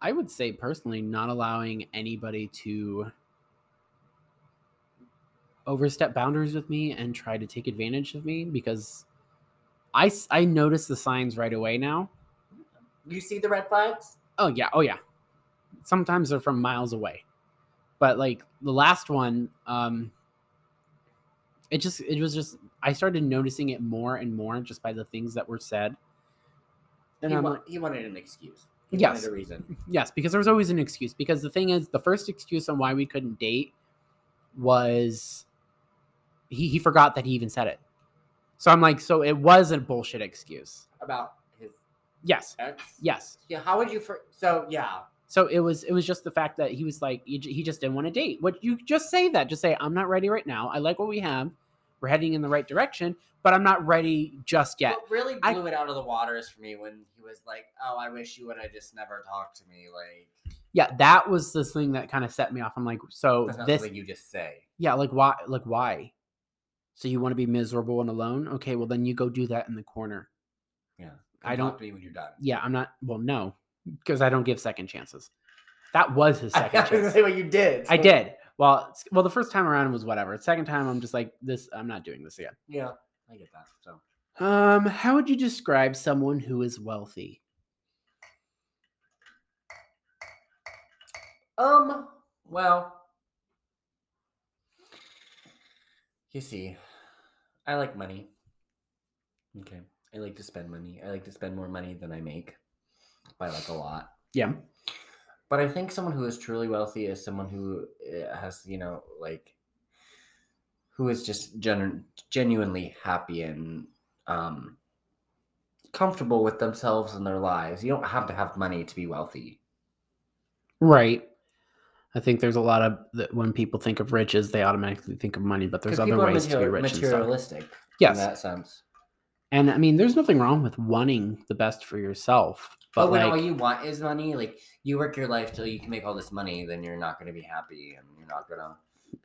[SPEAKER 2] I would say personally not allowing anybody to overstep boundaries with me and try to take advantage of me because I s- I notice the signs right away now.
[SPEAKER 1] You see the red flags?
[SPEAKER 2] Oh yeah, oh yeah. Sometimes they're from miles away. But like the last one, um it just it was just I started noticing it more and more just by the things that were said. And
[SPEAKER 1] he,
[SPEAKER 2] I'm
[SPEAKER 1] wa-
[SPEAKER 2] like,
[SPEAKER 1] he wanted an excuse. He
[SPEAKER 2] Yes.
[SPEAKER 1] wanted a reason.
[SPEAKER 2] yes, because there was always an excuse. Because the thing is, the first excuse on why we couldn't date was he, he forgot that he even said it. So I'm like, so it was a bullshit excuse.
[SPEAKER 1] About his
[SPEAKER 2] Yes,
[SPEAKER 1] ex.
[SPEAKER 2] yes.
[SPEAKER 1] Yeah, how would you for so yeah.
[SPEAKER 2] So it was it was just the fact that he was like he j- he just didn't want to date. What you just say that just say I'm not ready right now. I like what we have. We're heading in the right direction, but I'm not ready just yet.
[SPEAKER 1] What really
[SPEAKER 2] I-
[SPEAKER 1] blew it out of the waters for me when he was like, Oh, I wish you would have just never talked to me. Like
[SPEAKER 2] Yeah, that was the thing that kind of set me off. I'm like, so
[SPEAKER 1] that's not
[SPEAKER 2] this
[SPEAKER 1] something you just say.
[SPEAKER 2] yeah, like why like why? So you want to be miserable and alone? Okay, well then you go do that in the corner. I
[SPEAKER 1] Come
[SPEAKER 2] don't-
[SPEAKER 1] talk to me when you're done.
[SPEAKER 2] Yeah, I'm not well no, because I don't give second chances. That
[SPEAKER 1] *laughs*
[SPEAKER 2] was his
[SPEAKER 1] I
[SPEAKER 2] second
[SPEAKER 1] was gonna
[SPEAKER 2] chance.
[SPEAKER 1] say what you did.
[SPEAKER 2] I did. Well, it's- well the first time around was whatever. Second time I'm just like this I'm not doing this again.
[SPEAKER 1] Yeah. I get that. So
[SPEAKER 2] Um, how would you describe someone who is wealthy?
[SPEAKER 1] Um, well, you see, I like money. Okay. I like to spend money. I like to spend more money than I make by like a lot.
[SPEAKER 2] Yeah.
[SPEAKER 1] But I think someone who is truly wealthy is someone who uh, has, you know, like who is just genu- genuinely happy and um comfortable with themselves and their lives. You don't have to have money to be wealthy.
[SPEAKER 2] Right. I think there's a lot of that when people think of riches, they automatically think of money, but there's
[SPEAKER 1] 'Cause
[SPEAKER 2] other
[SPEAKER 1] people are
[SPEAKER 2] ways to be
[SPEAKER 1] material-
[SPEAKER 2] rich. And stuff.
[SPEAKER 1] materialistic. in
[SPEAKER 2] Yes.
[SPEAKER 1] that sense.
[SPEAKER 2] And I mean, there's nothing wrong with wanting the best for yourself,
[SPEAKER 1] But,
[SPEAKER 2] but
[SPEAKER 1] when all
[SPEAKER 2] like,
[SPEAKER 1] you want is money, like you work your life till you can make all this money, then you're not going to be happy and you're not going to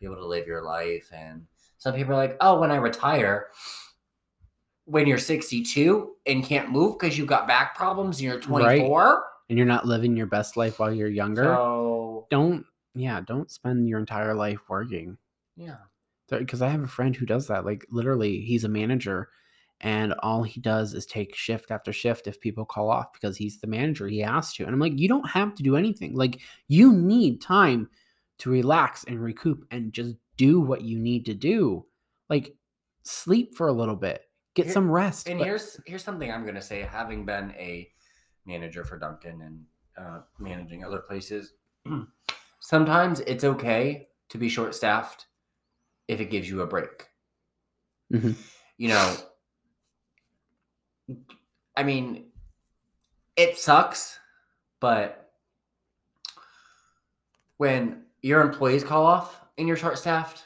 [SPEAKER 1] be able to live your life. And some people are like, oh, when I retire, when you're 62 and can't move because you've got back problems and you're 24.
[SPEAKER 2] and you're not living your best life while you're younger.
[SPEAKER 1] So,
[SPEAKER 2] Don't, yeah, don't spend your entire life working.
[SPEAKER 1] yeah.
[SPEAKER 2] because I have a friend who does that. Like literally, he's a manager, and all he does is take shift after shift if people call off because he's the manager he has to and i'm like you don't have to do anything like you need time to relax and recoup and just do what you need to do like sleep for a little bit get
[SPEAKER 1] Here-
[SPEAKER 2] some rest
[SPEAKER 1] And
[SPEAKER 2] but-
[SPEAKER 1] here's here's something I'm gonna say, having been a manager for Duncan and uh, managing other places, *clears throat* sometimes it's okay to be short staffed if it gives you a break.
[SPEAKER 2] Mhm.
[SPEAKER 1] You know, I mean, it sucks, but when your employees call off and you're short staffed,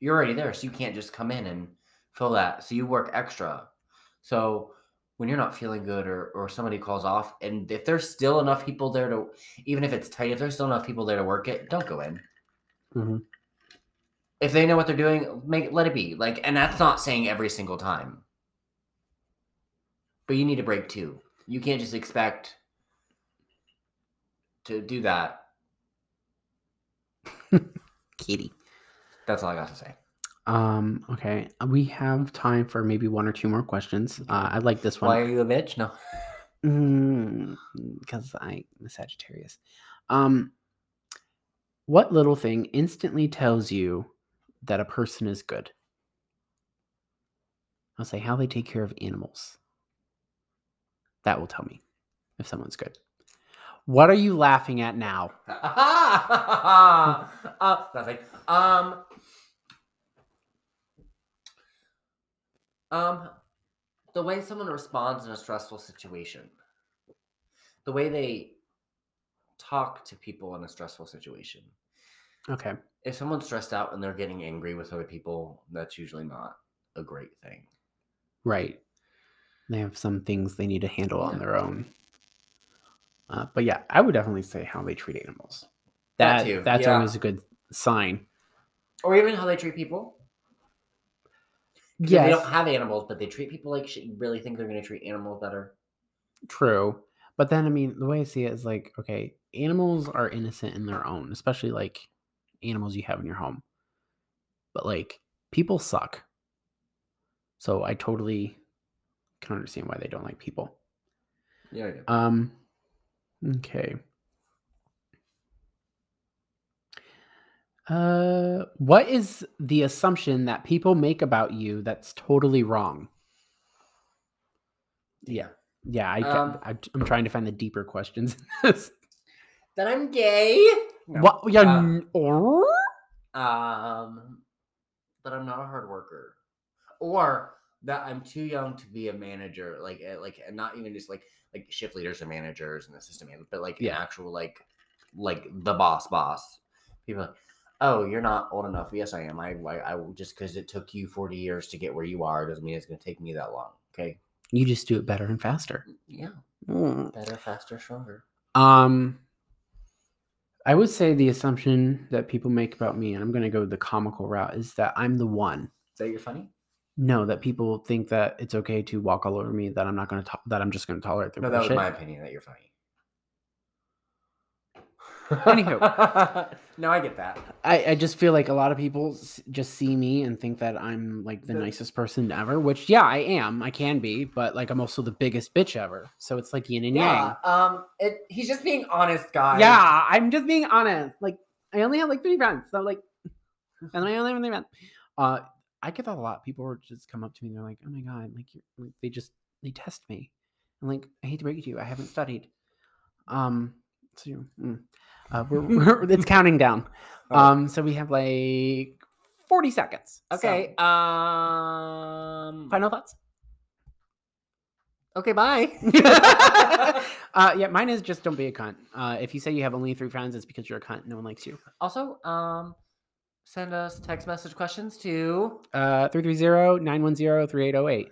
[SPEAKER 1] you're already there, so you can't just come in and fill that. So you work extra. So when you're not feeling good or, or somebody calls off, and if there's still enough people there to, even if it's tight, if there's still enough people there to work it, don't go in.
[SPEAKER 2] Mhm.
[SPEAKER 1] If they know what they're doing, make let it be. Like, and that's not saying every single time. But you need a break too. You can't just expect to do that.
[SPEAKER 2] kitty
[SPEAKER 1] That's all I got to say.
[SPEAKER 2] um okay we have time for maybe one or two more questions uh, i like this one
[SPEAKER 1] Why are you a bitch? No.
[SPEAKER 2] Mm, because I'm a Sagittarius. Um, what little thing instantly tells you that a person is good? I'll say how they take care of animals. That will tell me if someone's good. What are you laughing at now?
[SPEAKER 1] *laughs* uh, nothing. Um. Um, the way someone responds in a stressful situation, the way they talk to people in a stressful situation.
[SPEAKER 2] Okay.
[SPEAKER 1] If someone's stressed out and they're getting angry with other people, that's usually not a great thing.
[SPEAKER 2] Right. They have some things they need to handle on
[SPEAKER 1] Yeah.
[SPEAKER 2] their own. Uh, but yeah, I would definitely say how they treat animals.
[SPEAKER 1] That
[SPEAKER 2] That,
[SPEAKER 1] too,
[SPEAKER 2] that's
[SPEAKER 1] yeah.
[SPEAKER 2] always a good sign.
[SPEAKER 1] Or even how they treat people. 'Cause if
[SPEAKER 2] Yes,
[SPEAKER 1] They don't have animals, but they treat people like shit. You really think they're going to treat animals better?
[SPEAKER 2] true. But then, I mean, the way I see it is like, okay, animals are innocent in their own, especially like animals you have in your home. But like, people suck. So I totally can understand why they don't like people.
[SPEAKER 1] Yeah, yeah.
[SPEAKER 2] Um, okay. Uh, what is the assumption that people make about you that's totally wrong? Yeah, yeah. I,
[SPEAKER 1] Um,
[SPEAKER 2] I I'm trying to find the deeper questions. in this.
[SPEAKER 1] That I'm gay. No.
[SPEAKER 2] What? Yeah.
[SPEAKER 1] uh,
[SPEAKER 2] n- or-
[SPEAKER 1] um, that I'm not a hard worker, or that I'm too young to be a manager, like uh, like and not even just like like shift leaders and managers and assistant managers, but like
[SPEAKER 2] Yeah.
[SPEAKER 1] an actual like like the boss boss. People, are like, oh, you're not old enough. Yes, I am. I I, I will- just because it took you 40 years to get where you are doesn't mean it's going to take me that long. Okay,
[SPEAKER 2] you just do it better and faster.
[SPEAKER 1] yeah,
[SPEAKER 2] Mm.
[SPEAKER 1] better, faster, stronger.
[SPEAKER 2] Um, I would say the assumption that people make about me, and I'm going to go the comical route, is that I'm the one.
[SPEAKER 1] Is that you're funny?
[SPEAKER 2] No, that people think that it's okay to walk all over me. That I'm not going to. That I'm just going to tolerate their
[SPEAKER 1] No, that was
[SPEAKER 2] bullshit.
[SPEAKER 1] my opinion that you're funny.
[SPEAKER 2] Anywho.
[SPEAKER 1] *laughs* no, I get that.
[SPEAKER 2] I, I just feel like a lot of people s- just see me and think that I'm like the
[SPEAKER 1] The-
[SPEAKER 2] nicest person ever. Which yeah, I am. I can be, but like I'm also the biggest bitch ever. So it's like yin and
[SPEAKER 1] Yeah.
[SPEAKER 2] yang.
[SPEAKER 1] Um. It, he's just being honest, guys.
[SPEAKER 2] Yeah, I'm just being honest. Like I only have like three friends. So like, *laughs* and I only have three friends. Uh, I get that a lot. People would just come up to me. and They're like, "Oh my god!" Like, you're, like they just they test me. I'm like, I hate to break it to you, I haven't studied. Um, so you- mm. uh, we're, we're it's counting down.
[SPEAKER 1] Alright.
[SPEAKER 2] Um, so we have like forty seconds. So,
[SPEAKER 1] Okay. um.
[SPEAKER 2] final thoughts.
[SPEAKER 1] Okay. Bye.
[SPEAKER 2] uh, yeah, mine is just don't be a cunt. Uh, if you say you have only three friends, it's because you're a cunt. No one likes you.
[SPEAKER 1] also, um, send us text message questions to.
[SPEAKER 2] Uh, 330-910-3808.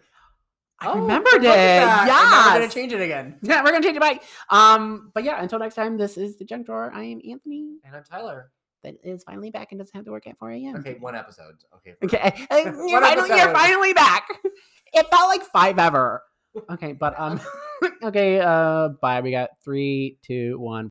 [SPEAKER 2] I
[SPEAKER 1] Oh,
[SPEAKER 2] remembered it.
[SPEAKER 1] look at that, and now
[SPEAKER 2] Yeah.
[SPEAKER 1] We're gonna change it again.
[SPEAKER 2] *laughs* yeah, we're gonna change it back. Um, but yeah, until next time, this is the junk drawer. I am Anthony.
[SPEAKER 1] And I'm Tyler.
[SPEAKER 2] That is finally back and doesn't have to work at 4 a.m.
[SPEAKER 1] Okay. One episode. Okay.
[SPEAKER 2] Okay. *laughs* uh, You're
[SPEAKER 1] One
[SPEAKER 2] finally, you're
[SPEAKER 1] episode.
[SPEAKER 2] finally back. *laughs* It felt like five *laughs* ever. Okay, but um okay, uh bye. We got three, two, one.